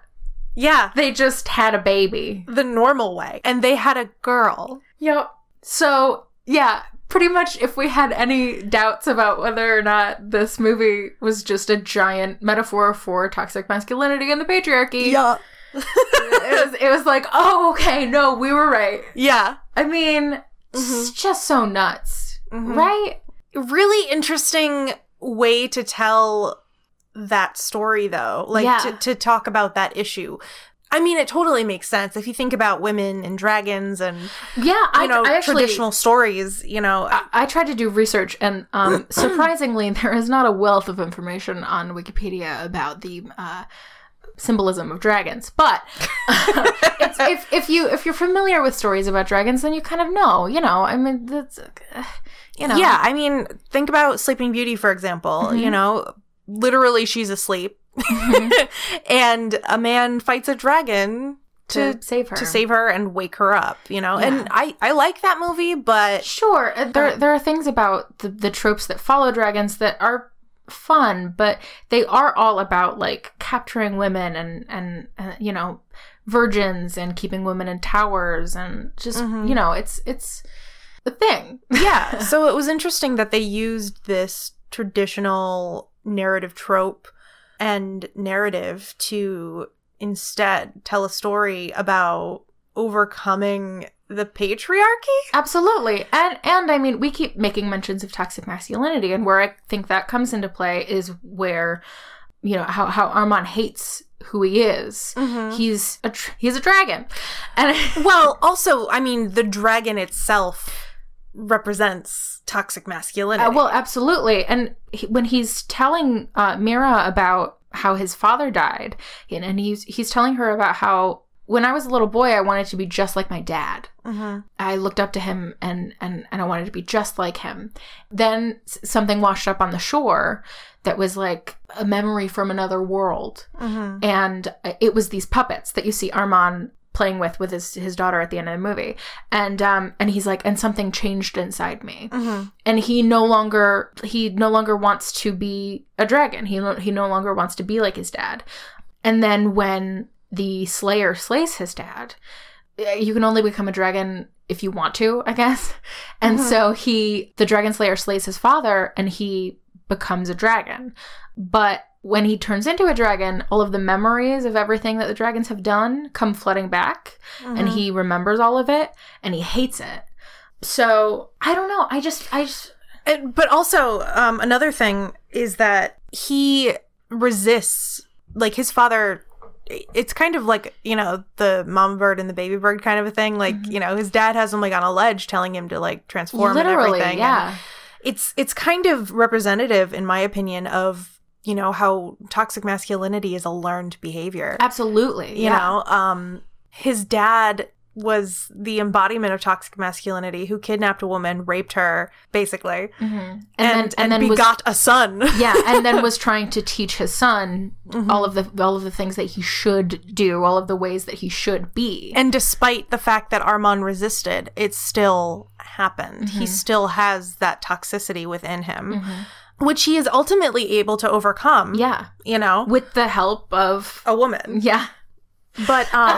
Speaker 2: yeah.
Speaker 1: They just had a baby.
Speaker 2: the normal way and they had a girl
Speaker 1: Yep. So, yeah, pretty much if we had any doubts about whether or not this movie was just a giant metaphor for toxic masculinity and the patriarchy, it, was, it was like, oh, okay, no, we were right.
Speaker 2: yeah
Speaker 1: I mean,
Speaker 2: Mm-hmm.
Speaker 1: it's just so nuts, right?
Speaker 2: really interesting way to tell that story though like
Speaker 1: Yeah.
Speaker 2: to, to talk about that issue i mean it totally makes sense if you think about women and dragons and you
Speaker 1: Yeah, I,
Speaker 2: know
Speaker 1: I actually.
Speaker 2: traditional stories you know
Speaker 1: I- I tried to do research, and um, surprisingly, there is not a wealth of information on Wikipedia about the uh, symbolism of dragons. But it's, if if you if you're familiar with stories about dragons, then you kind of know. You know, I mean, that's uh, you know,
Speaker 2: Yeah, I mean, think about Sleeping Beauty, for example.
Speaker 1: Mhm.
Speaker 2: You know, literally she's asleep,
Speaker 1: Mhm.
Speaker 2: and a man fights a dragon
Speaker 1: to,
Speaker 2: to
Speaker 1: save her
Speaker 2: to save her and wake her up. You know,
Speaker 1: Yeah.
Speaker 2: and I I like that movie, but
Speaker 1: Sure, uh, there there are things about the, the tropes that follow dragons that are fun, but they are all about like capturing women and and uh, you know virgins and keeping women in towers and just
Speaker 2: Mhm.
Speaker 1: you know it's it's the thing.
Speaker 2: yeah. so it was interesting that they used this traditional narrative trope and narrative to instead tell a story about overcoming the patriarchy.
Speaker 1: Absolutely. And and I mean we keep making mentions of toxic masculinity and where I think that comes into play is where you know how how Armand hates who he is.
Speaker 2: Mm-hmm.
Speaker 1: He's a tr- he's a dragon. And
Speaker 2: well, also, I mean, the dragon itself represents toxic masculinity.
Speaker 1: Uh, well, absolutely. And he, when he's telling uh, Mira about how his father died, and, and he's he's telling her about how when I was a little boy, I wanted to be just like my dad.
Speaker 2: Mhm.
Speaker 1: I looked up to him and and and I wanted to be just like him. Then s- something washed up on the shore that was like a memory from another world,
Speaker 2: Mhm.
Speaker 1: and uh, it was these puppets that you see Armand playing with with his his daughter at the end of the movie. And um and he's like, and something changed inside me
Speaker 2: Mhm.
Speaker 1: and he no longer he no longer wants to be a dragon. He no- he no longer wants to be like his dad. And then when the Slayer slays his dad, eh, you can only become a dragon if you want to, I guess. And
Speaker 2: Mhm.
Speaker 1: so he the Dragon Slayer slays his father and he becomes a dragon. But when he turns into a dragon, all of the memories of everything that the dragons have done come flooding back and
Speaker 2: Mhm.
Speaker 1: he remembers all of it and he hates it. So, I don't know. I just I just
Speaker 2: And- Uh, but also, um, another thing is that he resists, like his father. It's kind of like you know the mama bird and the baby bird kind of a thing. Like
Speaker 1: Mhm.
Speaker 2: you know, his dad has him like on a ledge, telling him to like transform and
Speaker 1: Literally,
Speaker 2: everything. and-
Speaker 1: yeah.
Speaker 2: it's it's kind of representative in my opinion of you know how toxic masculinity is a learned behavior
Speaker 1: Absolutely.
Speaker 2: you know um his dad was the embodiment of toxic masculinity who kidnapped a woman raped her basically
Speaker 1: hmm And,
Speaker 2: and and,
Speaker 1: then and, then was
Speaker 2: begot a son
Speaker 1: yeah, and then was trying to teach his son
Speaker 2: Mhm.
Speaker 1: all of the all of the things that he should do, all of the ways that he should be.
Speaker 2: and despite the fact that armand resisted it still happened he
Speaker 1: Mhm.
Speaker 2: still has that toxicity within him
Speaker 1: Mhm.
Speaker 2: which he is ultimately able to overcome
Speaker 1: Yeah,
Speaker 2: you know
Speaker 1: with the help of
Speaker 2: a woman
Speaker 1: yeah.
Speaker 2: but um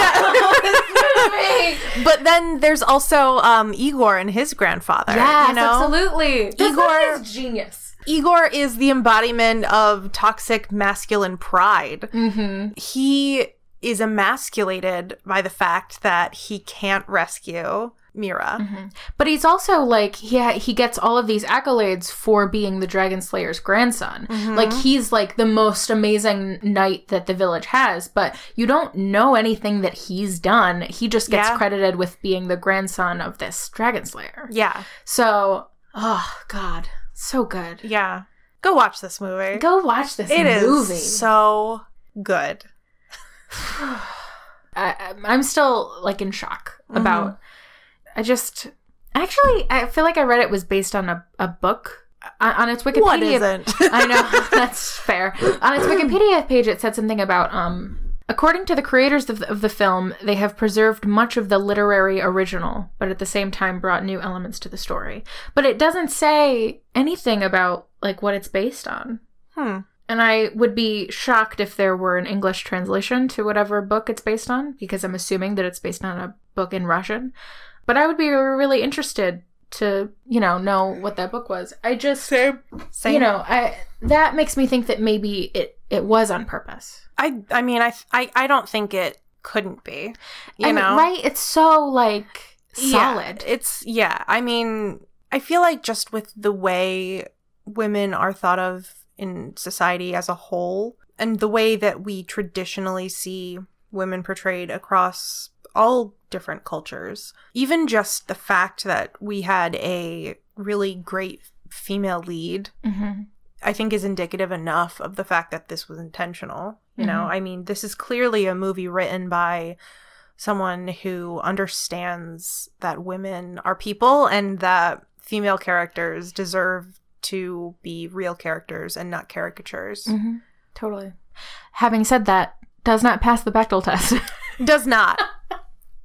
Speaker 1: Ah.
Speaker 2: yeah But then there's also um, Igor and his grandfather.
Speaker 1: yes,
Speaker 2: you know?
Speaker 1: absolutely. This
Speaker 2: Igor-
Speaker 1: movie is genius.
Speaker 2: Igor is the embodiment of toxic masculine pride.
Speaker 1: Mm-hmm.
Speaker 2: He is emasculated by the fact that he can't rescue Mira.
Speaker 1: But he's also like he ha- he gets all of these accolades for being the Dragon Slayer's grandson.
Speaker 2: Mm-hmm.
Speaker 1: Like he's like the most amazing knight that the village has, but you don't know anything that he's done. He just gets
Speaker 2: Yeah.
Speaker 1: credited with being the grandson of this Dragon Slayer.
Speaker 2: Yeah,
Speaker 1: So, oh god, so good.
Speaker 2: yeah. Go watch this movie.
Speaker 1: Go watch this
Speaker 2: It is
Speaker 1: movie.
Speaker 2: so good.
Speaker 1: I, I'm- I'm still like in shock
Speaker 2: Mm-hmm.
Speaker 1: about. I just actually I feel like I read it was based on a, a book on, on its Wikipedia.
Speaker 2: What isn't?
Speaker 1: I know that's fair. On its Wikipedia page, it said something about um. According to the creators of the, of the film, they have preserved much of the literary original, but at the same time brought new elements to the story. But it doesn't say anything about like what it's based on.
Speaker 2: Hmm.
Speaker 1: And I would be shocked if there were an English translation to whatever book it's based on, because I'm assuming that it's based on a book in Russian. But I would be really interested to, you know, know what that book was. I just
Speaker 2: Same. Same.
Speaker 1: you know, I that makes me think that maybe it it was on purpose.
Speaker 2: I. I mean, I. I. I don't think it couldn't be. You
Speaker 1: And,
Speaker 2: know,
Speaker 1: right? It's so like
Speaker 2: Yeah,
Speaker 1: solid.
Speaker 2: it's yeah. I mean, I feel like just with the way women are thought of in society as a whole and the way that we traditionally see women portrayed across all different cultures, even just the fact that we had a really great female lead
Speaker 1: Mhm.
Speaker 2: I think is indicative enough of the fact that this was intentional. You know, I mean, this is clearly a movie written by someone who understands that women are people and that female characters deserve to be real characters and not caricatures.
Speaker 1: Mhm. Totally. Having said that, does not pass the Bechdel test.
Speaker 2: Does not.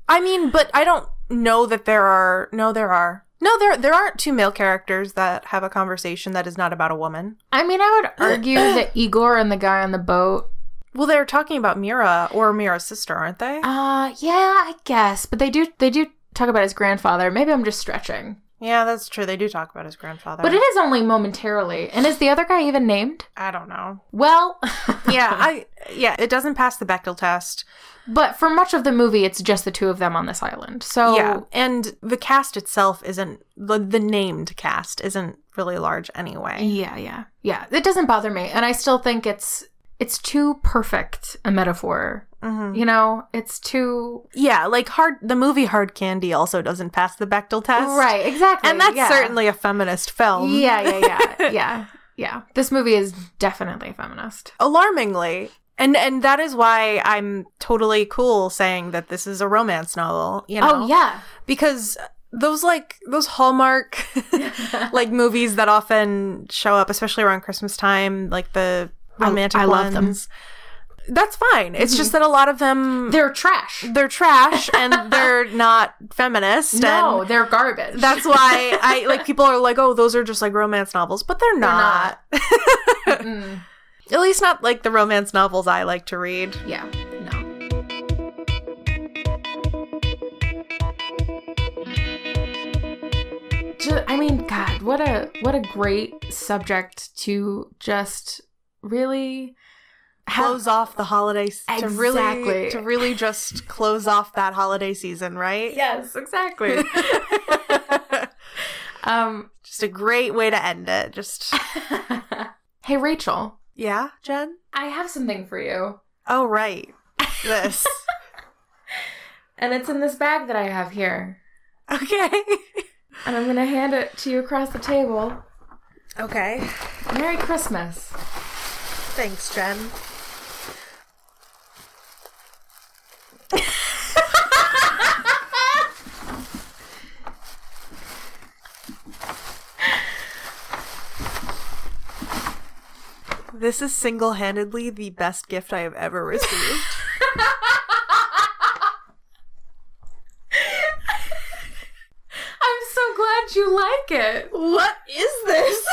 Speaker 2: I mean, but I don't know that there are no there are. No, there there aren't two male characters that have a conversation that is not about a woman.
Speaker 1: I mean, I would argue that Igor and the guy on the boat.
Speaker 2: Well, they're talking about Mira or Mira's sister, aren't they?
Speaker 1: Uh, yeah, I guess, but they do they do talk about his grandfather. Maybe I'm just stretching,
Speaker 2: yeah, that's true. They do talk about his grandfather.
Speaker 1: but it is only momentarily. And is the other guy even named?
Speaker 2: I don't know.
Speaker 1: Well,
Speaker 2: Yeah, I yeah, it doesn't pass the Bechdel test.
Speaker 1: but for much of the movie, it's just the two of them on this island. So
Speaker 2: Yeah, and the cast itself isn't the, the named cast isn't really large anyway.
Speaker 1: Yeah, yeah. Yeah. It doesn't bother me. And I still think it's it's too perfect a metaphor.
Speaker 2: Mhm.
Speaker 1: You know, it's too
Speaker 2: Yeah, like hard the movie Hard Candy also doesn't pass the Bechdel test.
Speaker 1: Right, exactly.
Speaker 2: And that's
Speaker 1: yeah.
Speaker 2: certainly a feminist film.
Speaker 1: Yeah, yeah, yeah. yeah. Yeah. This movie is definitely feminist.
Speaker 2: Alarmingly. And and that is why I'm totally cool saying that this is a romance novel, you know.
Speaker 1: Oh yeah.
Speaker 2: Because those like those Hallmark like movies that often show up especially around Christmas time, like the
Speaker 1: I-
Speaker 2: romantic
Speaker 1: I love them. Mm-hmm.
Speaker 2: ones. That's fine. It's just that a lot of them
Speaker 1: They're trash.
Speaker 2: they're trash and they're not feminist
Speaker 1: No,
Speaker 2: and
Speaker 1: they're garbage.
Speaker 2: that's why I like people are like, "Oh, those are just like romance novels," but they're
Speaker 1: not.
Speaker 2: not.
Speaker 1: Mm-mm.
Speaker 2: At least not like the romance novels I like to read.
Speaker 1: Yeah. No. Just, I mean, God, what a what a great subject to just really have.
Speaker 2: Close off the holidays to
Speaker 1: Exactly.
Speaker 2: really to really just close off that holiday season, right?
Speaker 1: Yes, exactly. um.
Speaker 2: just a great way to end it. Just
Speaker 1: hey, Rachel,
Speaker 2: yeah, Jen.
Speaker 1: I have something for you,
Speaker 2: Oh right, this
Speaker 1: and it's in this bag that I have here,
Speaker 2: okay.
Speaker 1: and I'm gonna hand it to you across the table.
Speaker 2: Okay,
Speaker 1: Merry Christmas.
Speaker 2: thanks, Jen. This is single handedly the best gift I have ever received.
Speaker 1: I'm so glad you like it.
Speaker 2: what is this?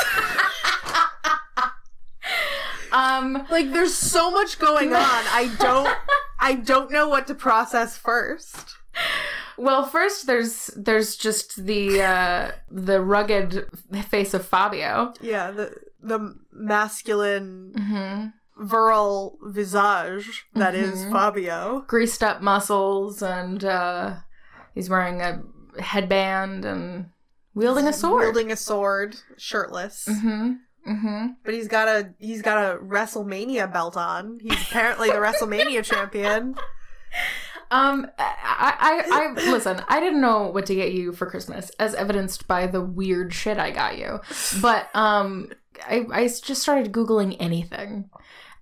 Speaker 1: Um,
Speaker 2: like there's so much going on. I don't I don't know what to process first.
Speaker 1: well, first there's there's just the uh, the rugged face of Fabio.
Speaker 2: Yeah, the the masculine
Speaker 1: Mm-hmm.
Speaker 2: virile visage that is
Speaker 1: Mhm.
Speaker 2: Fabio.
Speaker 1: Greased up muscles, and uh, he's wearing a headband and wielding a sword.
Speaker 2: Wielding a sword, shirtless.
Speaker 1: Mm-hmm. Mm-hmm.
Speaker 2: But he's got a he's got a WrestleMania belt on. He's apparently the WrestleMania champion.
Speaker 1: Um, I, I, I listen. I didn't know what to get you for Christmas, as evidenced by the weird shit I got you. But um, I, I just started googling anything,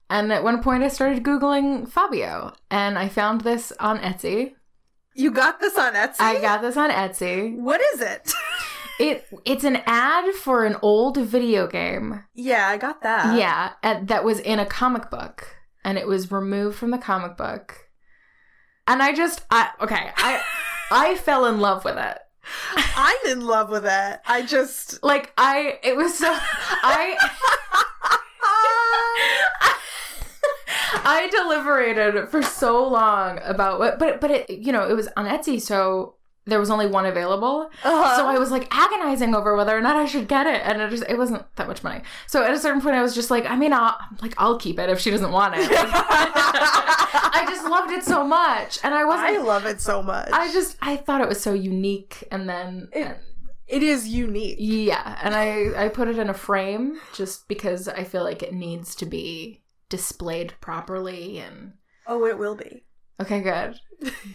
Speaker 1: and at one point I started googling Fabio, and I found this on Etsy.
Speaker 2: You got this on Etsy?
Speaker 1: I got this on Etsy.
Speaker 2: What is it?
Speaker 1: It it's an ad for an old video game.
Speaker 2: yeah, I got that.
Speaker 1: yeah, and that was in a comic book, and it was removed from the comic book. And I just, I okay, I I fell in love with it.
Speaker 2: I'm in love with it. I just
Speaker 1: like i it was so i
Speaker 2: Ah!
Speaker 1: i deliberated for so long about what but but it you know it was on etsy so there was only one available
Speaker 2: Uh-huh.
Speaker 1: so i was like agonizing over whether or not i should get it and it just it wasn't that much money so at a certain point i was just like i mean i'll like i'll keep it if she doesn't want it i just loved it so much and i wasn't
Speaker 2: I
Speaker 1: i,
Speaker 2: love it so much.
Speaker 1: just i thought it was so unique and then
Speaker 2: It- it is unique.
Speaker 1: Yeah, and I I put it in a frame just because I feel like it needs to be displayed properly and
Speaker 2: Oh, it will be.
Speaker 1: Okay, good.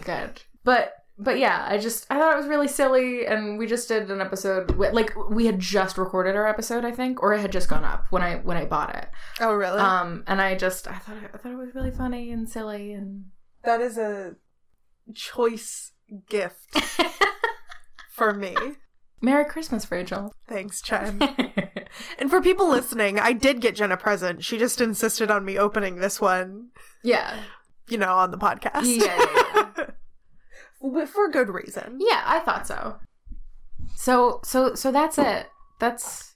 Speaker 1: Good. But but yeah, I just I thought it was really silly, and we just did an episode with, like we had just recorded our episode, I think, or it had just gone up when I when I bought it.
Speaker 2: Oh, really?
Speaker 1: Um, and I just I thought it, I thought it was really funny and silly and
Speaker 2: that is a choice gift for me.
Speaker 1: Merry Christmas, Rachel.
Speaker 2: Thanks, Chen. and for people listening, I did get Jen a present. She just insisted on me opening this one,
Speaker 1: yeah,
Speaker 2: you know, on the podcast.
Speaker 1: Yeah, yeah,
Speaker 2: But for good reason.
Speaker 1: yeah. I thought so. So so so that's it. That's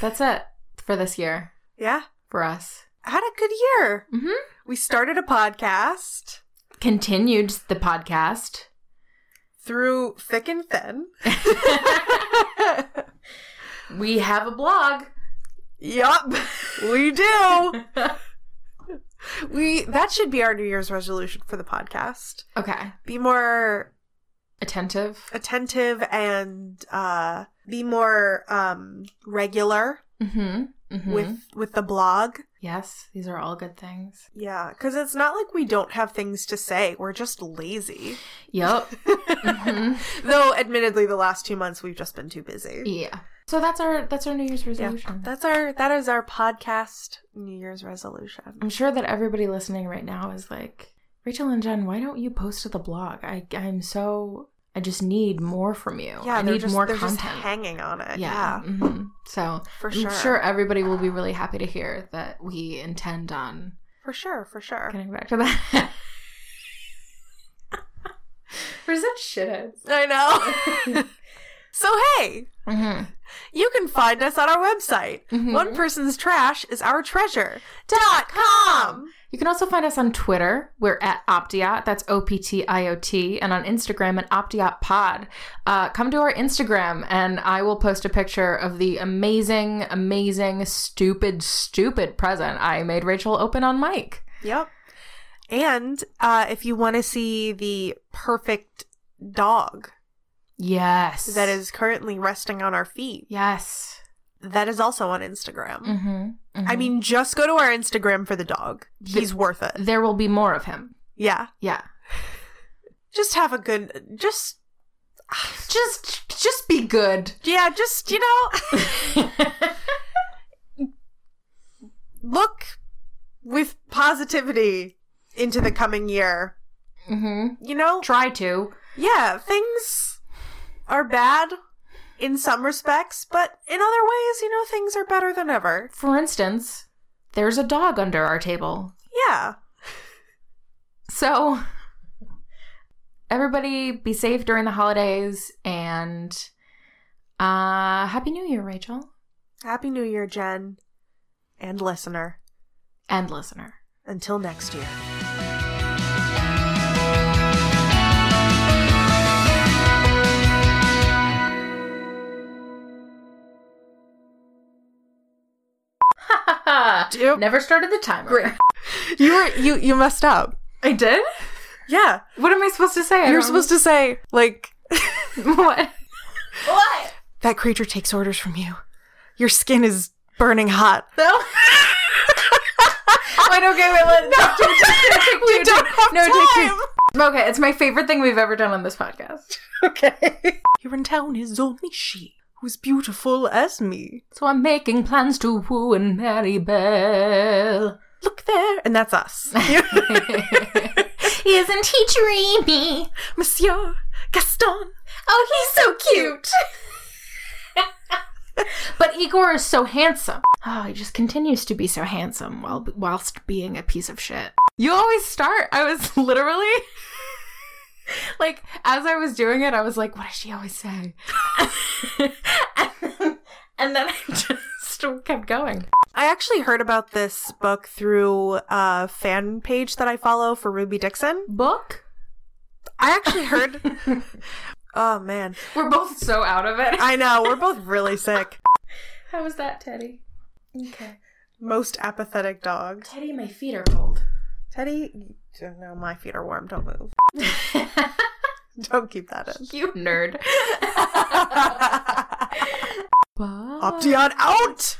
Speaker 1: that's it for this year
Speaker 2: Yeah.
Speaker 1: for us.
Speaker 2: Had a good year.
Speaker 1: Mhm.
Speaker 2: We started a podcast
Speaker 1: Continued the podcast.
Speaker 2: through thick and thin.
Speaker 1: we have a blog.
Speaker 2: Yup, we do. We that should be our New Year's resolution for the podcast.
Speaker 1: okay.
Speaker 2: Be more
Speaker 1: Attentive.
Speaker 2: attentive and uh, be more um, regular
Speaker 1: Mm-hmm. mm-hmm.
Speaker 2: with with the blog.
Speaker 1: yes, these are all good things.
Speaker 2: Yeah, because it's not like we don't have things to say. We're just lazy.
Speaker 1: Yep. Mhm.
Speaker 2: Though, admittedly, the last two months we've just been too busy.
Speaker 1: Yeah. So that's our that's our New Year's resolution.
Speaker 2: That's our that is our podcast New Year's resolution.
Speaker 1: I'm sure that everybody listening right now is like, Rachel and Jen, why don't you post to the blog? I I'm so I just need more from you.
Speaker 2: Yeah,
Speaker 1: Oh, I
Speaker 2: they're
Speaker 1: need
Speaker 2: just,
Speaker 1: more
Speaker 2: they're
Speaker 1: content.
Speaker 2: just hanging on it.
Speaker 1: yeah.
Speaker 2: Yeah,
Speaker 1: hmm So
Speaker 2: for
Speaker 1: I'm
Speaker 2: sure.
Speaker 1: sure everybody will be really happy to hear that we intend on
Speaker 2: For sure, for sure.
Speaker 1: Getting back to that. We're such shitheads.
Speaker 2: I know. so hey,
Speaker 1: Mm-hmm.
Speaker 2: you can find us on our website.
Speaker 1: Hmm.
Speaker 2: One person's trash is our treasure. Dot com.
Speaker 1: You can also find us on Twitter. We're at Optiot. That's O P T I O T. And on Instagram at Optiot Pod. Uh, come to our Instagram and I will post a picture of the amazing, amazing, stupid, stupid present I made Rachel open on mic.
Speaker 2: Yep. And uh, if you want to see the perfect dog
Speaker 1: Yes.
Speaker 2: that is currently resting on our feet,
Speaker 1: Yes.
Speaker 2: that is also on Instagram.
Speaker 1: Mm-hmm.
Speaker 2: I mean, just go to our Instagram for the dog. He's worth it.
Speaker 1: there will be more of him.
Speaker 2: Yeah.
Speaker 1: Yeah.
Speaker 2: Just have a good. Just.
Speaker 1: Just, just be good.
Speaker 2: Yeah. Just you know. look with positivity into the coming year.
Speaker 1: hmm
Speaker 2: You know,
Speaker 1: Try to.
Speaker 2: yeah, things are bad in some respects, but in other ways, you know, things are better than ever.
Speaker 1: For instance, there's a dog under our table.
Speaker 2: Yeah.
Speaker 1: So, everybody be safe during the holidays and uh, Happy New Year, Rachel,
Speaker 2: Happy New Year, Jen and listener.
Speaker 1: and listener.
Speaker 2: Until next year. Yep.
Speaker 1: Never started the timer.
Speaker 2: You were you you messed up.
Speaker 1: I did?
Speaker 2: Yeah.
Speaker 1: What am I supposed to say?
Speaker 2: You're supposed to say like
Speaker 1: to. what? What?
Speaker 2: that creature takes orders from you. Your skin is burning hot.
Speaker 1: No. Wait, okay, wait, let no.
Speaker 2: We don't have
Speaker 1: No, take two.
Speaker 2: time.
Speaker 1: Okay, it's my favorite thing we've ever done on this podcast.
Speaker 2: Okay. Here in town is only she who's beautiful as me.
Speaker 1: So I'm making plans to woo and marry Belle.
Speaker 2: Look there. And that's us.
Speaker 1: Isn't he dreamy?
Speaker 2: Monsieur Gaston.
Speaker 1: Oh, he's so cute. but Igor is so handsome. Oh, he just continues to be so handsome while whilst being a piece of shit. You always start. I was literally like, as I was doing it, I was like, what does she always say? and, then, and then I just kept going.
Speaker 2: I actually heard about this book through a fan page that I follow for Ruby Dixon.
Speaker 1: Book?
Speaker 2: I actually heard. oh, man.
Speaker 1: We're both so out of it.
Speaker 2: I know. We're both really sick.
Speaker 1: How was that, Teddy? Okay.
Speaker 2: Most apathetic dog.
Speaker 1: Teddy, my feet are cold.
Speaker 2: Teddy. No, my feet are warm. Don't move. Don't keep that in.
Speaker 1: you nerd. Bye.
Speaker 2: Option out!